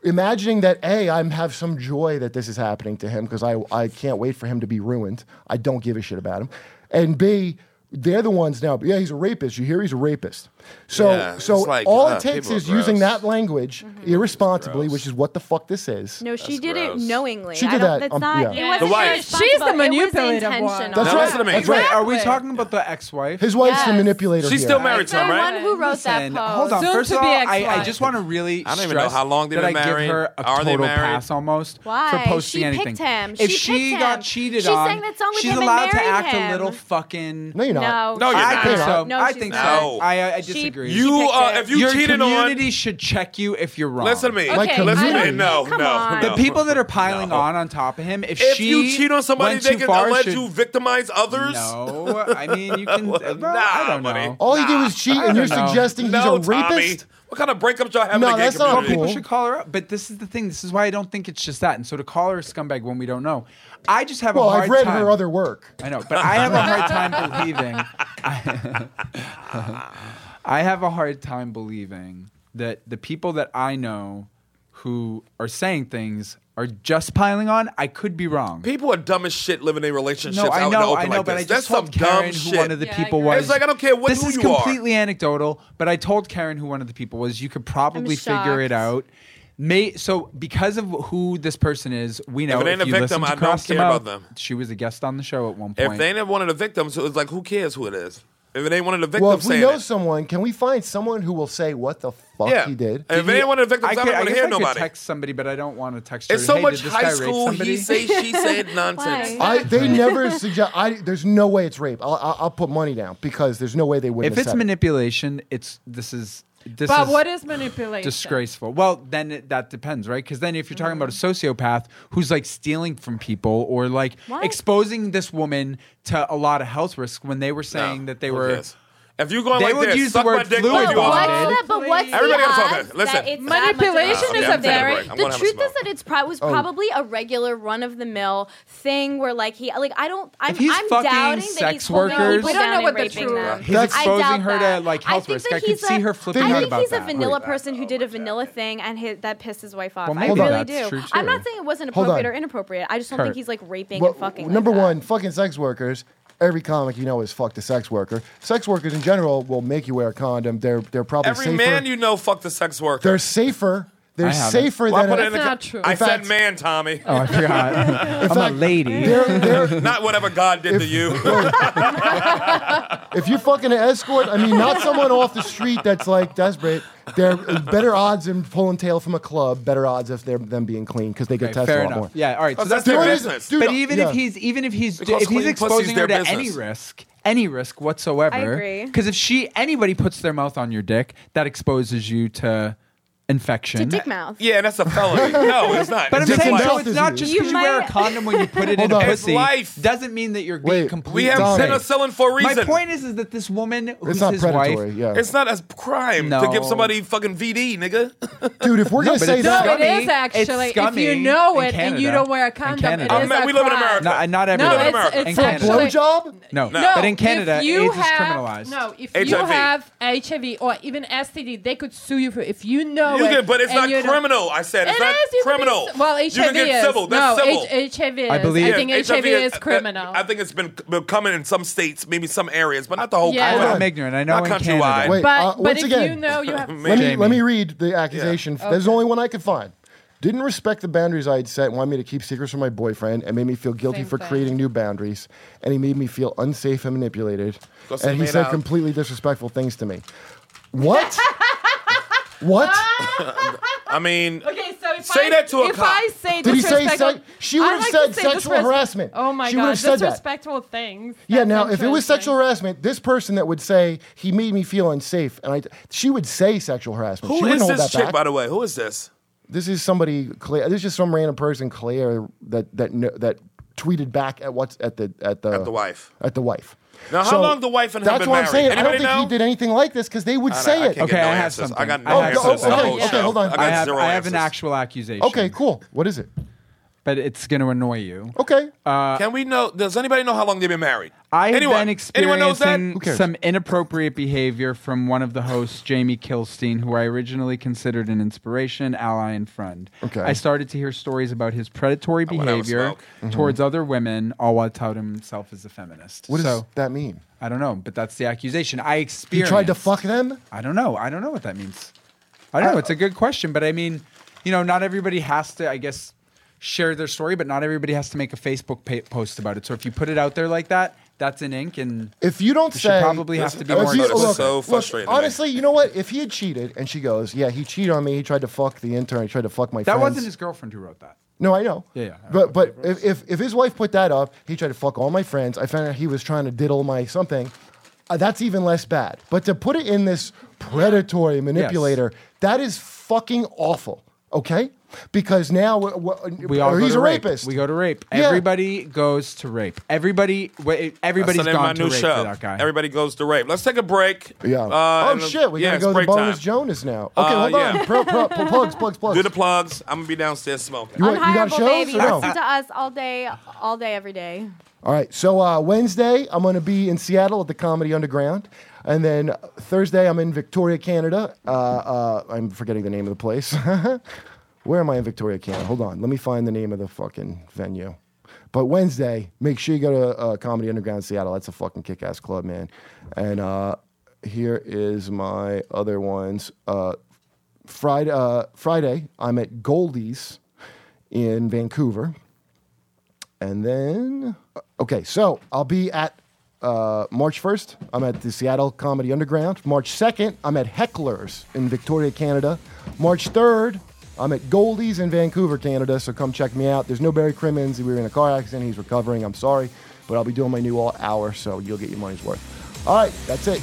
S3: imagining that a i'm have some joy that this is happening to him because I, I can't wait for him to be ruined i don't give a shit about him and b they're the ones now yeah he's a rapist you hear he's a rapist so
S5: Yeah,
S3: Oh, so
S5: it's like,
S3: all
S5: uh,
S3: it takes
S5: people are
S3: is using
S5: gross.
S3: that language irresponsibly which is what the fuck this is
S6: no, she did it knowingly.
S3: She
S6: I
S3: did
S6: don't-
S3: that,
S6: That's
S3: um,
S6: not. It
S3: yeah. The
S6: wasn't
S3: wife.
S6: irresponsible.
S8: She's the
S6: It was
S8: manipulative one.
S6: intentional.
S3: That's right.
S5: listen to me.
S3: That's right.
S7: Are we talking about the ex-wife?
S3: his wife's the manipulator
S5: She's
S3: here.
S5: still married to him,
S6: The
S5: right?
S6: one who wrote that
S7: And
S6: post.
S7: hold on.
S8: Soon
S7: First
S8: to
S7: of all,
S8: be
S7: I, I
S8: ex-wife.
S7: just want to really
S5: I don't even know
S7: stress
S5: how long they've
S7: that I
S5: been married.
S7: give her a
S5: Are they
S7: total
S5: married?
S7: pass almost
S6: Why?
S7: for posting
S6: She
S7: anything.
S6: picked him.
S7: If
S6: She
S7: she
S6: picked
S7: got
S6: him.
S7: cheated
S6: She
S7: on,
S6: sang that song with
S7: she's
S6: him and
S7: allowed to
S6: married
S7: act
S6: him.
S7: a little fucking.
S3: no you're not
S5: No, you're
S7: I think
S5: not.
S7: so.
S6: No,
S7: I
S6: she's
S7: think
S6: not.
S7: so. I, I- I
S6: She-
S7: disagree.
S6: she
S5: You,
S6: picked
S5: uh,
S6: it.
S5: if you
S7: Your
S5: cheated
S7: community should check you if you're
S5: on,
S7: wrong.
S5: listen to me.
S8: Like Okay,
S5: listen to me.
S8: community.
S5: No,
S6: Come
S5: no,
S6: on.
S5: no.
S7: The people that are piling on on top of him, if,
S5: If
S7: she
S5: you cheat on somebody,
S7: went
S5: they
S7: too
S5: can
S7: far,
S5: let
S7: should-
S5: you victimize others.
S7: No, I mean you can. well, I
S5: nah,
S7: don't
S5: buddy.
S7: know.
S3: all he did was cheat and you're
S7: know.
S3: suggesting
S5: no,
S3: he's a
S5: Tommy.
S3: rapist
S5: What kind of breakups y'all having
S3: No,
S5: in the gay
S3: that's not
S5: community?
S3: cool.
S7: People should call her up, but this is the thing. This is why I don't think it's just that. And so to call her a scumbag when we don't know, I just have
S3: well
S7: a hard
S3: i've read
S7: time.
S3: her other work
S7: I know, but I have a hard time believing. I, I have a hard time believing that the people that I know who are saying things are just piling on. I could be wrong.
S5: People are dumb as shit living in relationships
S7: No,
S5: out
S7: I
S5: in the
S7: know,
S5: open
S7: I know,
S5: like this.
S7: but I just
S5: That's some
S7: told Karen
S5: dumb
S7: who
S5: shit.
S7: one of the people was.
S5: It's like I don't care what
S7: this
S5: who
S7: is
S5: you
S7: completely anecdotal, but I told Karen who one of the people was. You could probably figure
S5: shocked.
S7: it out. May so because of who this person is, we know
S5: If it ain't a
S7: you
S5: victim,
S7: listen to
S5: I don't
S7: Cross
S5: care
S7: Them Out,
S5: about them.
S7: She was a guest on the show at one
S5: are.
S7: point.
S5: If they ain't one of the victims, so it's like who cares who it is? If it ain't one of the victims
S3: Well, if we
S5: saying
S3: know
S5: it.
S3: someone, can we find someone who will say what the fuck
S5: Yeah.
S3: he did?
S5: If it ain't one of the victims, I,
S7: I,
S5: don't
S7: could, I
S5: want to
S7: guess
S5: hear
S7: I could
S5: nobody.
S7: text somebody, but I don't want to text her.
S5: It's so
S7: "Hey,
S5: much
S7: did this
S5: high
S7: guy rape
S5: school.
S7: somebody?"
S5: He say she said nonsense.
S3: I, they never suggest. I, there's no way it's rape. I'll, I'll, I'll put money down because there's no way they wouldn't.
S7: if
S3: have
S7: it's
S3: said it.
S7: manipulation, it's this is this
S8: but
S7: is
S8: what is manipulation?
S7: disgraceful. Well, then it, that depends, right? Because then if you're talking about a sociopath who's like stealing from people or like
S5: What?
S7: exposing this woman to a lot of health risks when they were saying that they
S5: who
S7: were.
S5: cares? If you're going
S7: they
S5: like
S7: would
S5: this,
S7: use
S5: suck
S7: the
S5: my
S7: word
S5: dick
S7: fluid
S5: if you want.
S7: bonded.
S9: But, but what's
S5: Everybody
S9: the
S5: else on
S9: odds
S5: this. Listen.
S9: that it's
S8: Manipulation
S5: is
S9: that much of
S5: a
S9: a
S5: very-
S9: problem?
S5: I'm gonna
S9: The
S5: have a
S9: truth
S5: smoke.
S9: is that it's pro- was
S7: Oh.
S9: probably a regular run of the mill thing where like he like I don't I'm,
S7: If he's
S9: I'm
S7: fucking
S9: doubting that
S7: sex
S9: he's holding
S7: workers-
S9: people
S7: We don't
S9: down
S7: know
S9: and
S7: what the
S9: raping
S7: true-
S9: them.
S7: He's
S9: I
S7: exposing
S9: doubt
S7: her to,
S9: that.
S7: like, health
S9: I think
S7: risk.
S9: that
S7: I could
S9: he's
S7: see
S9: a-
S7: her flipping
S9: I
S7: out
S9: think
S7: about
S9: he's
S7: that.
S9: a vanilla
S7: Right.
S9: person who did a vanilla thing and his, that pissed his wife off.
S7: Well,
S9: I
S7: maybe
S9: really
S7: that's
S9: do.
S7: true,
S9: I'm
S7: too.
S9: not saying it wasn't
S3: Hold
S9: appropriate
S3: on.
S9: or inappropriate. I just don't
S3: Kurt.
S9: think he's like raping
S3: Well,
S9: and fucking. like
S3: number
S9: that.
S3: one, fucking sex workers. Every comic you know is fucked a sex worker. Sex workers in general will make you wear a condom. They're they're probably
S5: Every
S3: safer.
S5: man you know fucked the sex worker.
S3: they're safer. They're
S5: I haven't.
S3: safer
S5: Well, I
S3: than.
S5: put
S3: a-
S5: it in the
S3: In
S5: co- I
S3: fact,
S5: said man, Tommy.
S7: Oh, I forgot. I'm a lady.
S5: Not whatever God did to you.
S3: if you're fucking an escort, I mean, not someone off the street that's like desperate. They're better odds in pulling tail from a club. Better odds if they're them being clean because they get
S7: Okay,
S3: tested
S7: fair
S3: a lot
S7: enough.
S3: more.
S7: Yeah, all right. So
S5: That's
S7: that's
S5: their
S7: fair.
S5: business. Dude,
S7: But even
S5: yeah.
S7: if he's even if he's
S5: Because
S7: if he's
S5: clean pussy's
S7: exposing her
S5: their
S7: to any
S5: business.
S7: risk, any risk whatsoever.
S6: I agree.
S7: Because if she anybody puts their mouth on your dick, that exposes you to infection.
S6: mouth.
S5: Yeah, that's a felony. No, it's not.
S7: But I'm
S5: It's just
S7: saying,
S5: like-
S7: no, it's not just because you, wear a condom when you put it
S5: Hold
S7: in a
S5: on. It's
S7: pussy.
S5: life.
S7: Doesn't mean that you're being completely
S5: we have
S7: safe.
S5: penicillin for a
S7: My
S5: reason.
S7: point is, is that this woman who's
S3: not
S7: his
S3: predatory,
S7: wife,
S3: yeah.
S5: It's not a crime to
S7: No.
S5: give somebody fucking VD, nigga.
S3: Dude, if we're
S7: No,
S3: gonna
S7: but
S3: say
S7: it's
S3: that,
S8: No, it
S7: Scummy.
S8: is actually.
S7: It's
S8: If you
S7: scummy
S8: know
S7: in
S8: it and you
S7: Canada.
S8: don't wear a
S7: In
S8: condom, it
S7: Canada.
S8: is
S5: Man,
S8: a
S5: we live in
S8: crime.
S5: America.
S7: Not, not
S8: No,
S7: everybody.
S8: it's-
S5: America.
S7: In
S8: it's
S7: Canada.
S8: actually-
S3: blowjob.
S7: No.
S8: No,
S7: but in Canada,
S8: if you
S7: AIDS
S8: have,
S7: is criminalized.
S8: No, if you
S5: HIV.
S8: have HIV or even STD, they could sue you for if you know
S5: You
S8: it.
S5: can- but it's
S8: and
S5: not
S8: you don't-
S5: criminal, I said. It's
S8: It
S5: not
S8: is, you can be
S5: criminal.
S8: s- well,
S5: You
S8: HIV
S5: can get
S8: is
S5: civil. That's
S8: no,
S5: civil.
S8: H- HIV is.
S7: I believe-
S8: I think
S5: Yeah,
S8: HIV is
S5: that-
S8: criminal.
S5: uh, I think it's been becoming in some states, maybe some areas, but not the whole
S8: Yeah.
S5: country.
S7: I'm ignorant. I know
S5: Not
S7: in Canada.
S5: countrywide.
S3: Wait,
S8: but
S3: uh,
S8: but
S3: once
S8: if
S3: again,
S8: you know you have.
S3: let me
S7: Jamie.
S3: let me read the accusation.
S8: Yeah.
S3: There's only one I could find. Didn't respect the boundaries I had set, wanted me to keep secrets from my boyfriend, and made me feel guilty
S8: Same
S3: for
S8: thing.
S3: creating new boundaries. And he made me feel unsafe and manipulated.
S5: Because
S3: And
S5: they
S3: he
S5: made
S3: said
S5: out.
S3: completely disrespectful things to me. What? what?
S5: I mean,
S8: Okay, so if
S5: Say
S8: I,
S5: that to a
S8: if
S5: cop.
S8: I say
S3: Did he say
S8: disrespectful-
S3: sex- she would
S8: I
S3: have
S8: like
S3: said
S8: to say
S3: sexual
S8: disres-
S3: harassment.
S8: Oh my
S3: She would
S8: god,
S3: have said that.
S8: disrespectful things.
S3: Yeah,
S8: That's
S3: now, if it was
S8: interesting.
S3: sexual harassment, this person that would say, he made me feel unsafe, and I, she would say sexual harassment. she
S5: who
S3: wouldn't
S5: is
S3: hold
S5: this
S3: that
S5: chick,
S3: back.
S5: by the way? Who is this?
S3: This is somebody Claire. This is just some random person Claire that that kn- that tweeted back at what's at the at the
S5: At the wife.
S3: at the wife.
S5: Now, how long the wife and him
S3: that's
S5: been
S3: what
S5: married?
S3: I'm saying. I
S5: Anybody
S3: don't think
S5: know?
S3: he did anything like this because they would
S5: I-
S3: say
S5: I
S3: it. Oh,
S5: can't
S7: Okay,
S5: get no
S7: I have
S5: answers.
S7: something.
S5: I got
S7: I
S5: no
S7: have
S5: answers.
S7: something.
S5: to the whole
S3: Okay, okay,
S5: show.
S3: hold on.
S5: I got
S7: I have,
S5: zero
S7: I have
S5: answers.
S7: an actual accusation.
S3: Okay, cool. What is it?
S7: But it's going to annoy you.
S3: Okay,
S7: Uh,
S5: Can we know? Does anybody know how long they've been married?
S7: I have
S5: anyone,
S7: been
S5: anyone knows that?
S7: experiencing
S3: cares?
S7: some inappropriate behavior from one of the hosts, Jamie Kilstein, who I originally considered an inspiration, ally, and friend.
S3: Okay.
S7: I started to hear stories about his predatory
S5: I wanna have a
S7: behavior
S5: smoke. Mm-hmm.
S7: towards other women, all while touting himself as a feminist.
S3: what does
S7: so,
S3: that mean?
S7: I don't know, but that's the accusation. I
S3: You
S7: experienced.
S3: tried to fuck them.
S7: I don't know. I don't know what that means. I don't know. It's a good question, but I mean, you know, not everybody has to, I guess, share their story, but not everybody has to make a Facebook pa- post about it. So if you put it out there like that, that's in ink, and
S3: If you don't
S7: You should
S3: say,
S7: probably have to be
S3: if
S7: more
S3: you-
S7: explicit.
S3: look,
S5: So
S3: look,
S5: frustrating to me.
S3: honestly, you know what? If he had cheated, and she goes, "Yeah, he cheated on me. He tried to fuck the intern. He tried to fuck my
S7: that
S3: friends."
S7: wasn't his girlfriend who wrote that.
S3: No, I know.
S7: Yeah, yeah.
S3: But but if, if if his wife put that up, he tried to fuck all my friends. I found out he was trying to diddle my something. Uh, that's even less bad. But to put it in this predatory manipulator, that is fucking awful. Okay, because now we
S7: We all
S3: or
S7: go
S3: he's
S7: to
S3: a
S7: rape.
S3: rapist.
S7: We go to rape.
S3: Yeah.
S7: Everybody goes to rape. Everybody, wa-
S5: That's
S7: everybody's
S5: the name of my
S7: gone to
S5: new
S7: rape
S5: show.
S7: for that guy.
S5: Everybody goes to rape. Let's take a break.
S3: Yeah.
S5: Uh,
S3: oh
S5: and-
S3: shit, we
S5: yeah,
S3: gotta go
S5: it's
S3: to
S5: break
S3: bonus
S5: time.
S3: Jonas now. Okay,
S5: Uh,
S3: hold on.
S5: yeah.
S3: Pro, pro, pro- plugs, plugs, plugs.
S5: Do the plugs. I'm gonna be downstairs smoking.
S3: You, want- you got
S6: Unhireable
S3: shows
S6: baby.
S3: or no?
S6: Listen to us all day, all day, every day.
S3: All right. So uh, Wednesday, I'm going to be in Seattle at the Comedy Underground. And then Thursday, I'm in Victoria, Canada. Uh, uh, I'm forgetting the name of the place. Where am I in Victoria, Canada? Hold on. Let me find the name of the fucking venue. But Wednesday, make sure you go to uh, Comedy Underground in Seattle. That's a fucking kick ass club, man. And uh, here is my other ones. Uh, Friday, uh, Friday, I'm at Goldie's in Vancouver. And then, okay, so I'll be at uh, March 1st, I'm at the Seattle Comedy Underground. March 2nd, I'm at Heckler's in Victoria, Canada. March 3rd, I'm at Goldie's in Vancouver, Canada. So come check me out. There's no Barry Crimmins. We were in a car accident. He's recovering. I'm sorry. But I'll be doing my new all hour, so you'll get your money's worth. All right, that's it.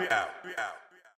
S5: We out.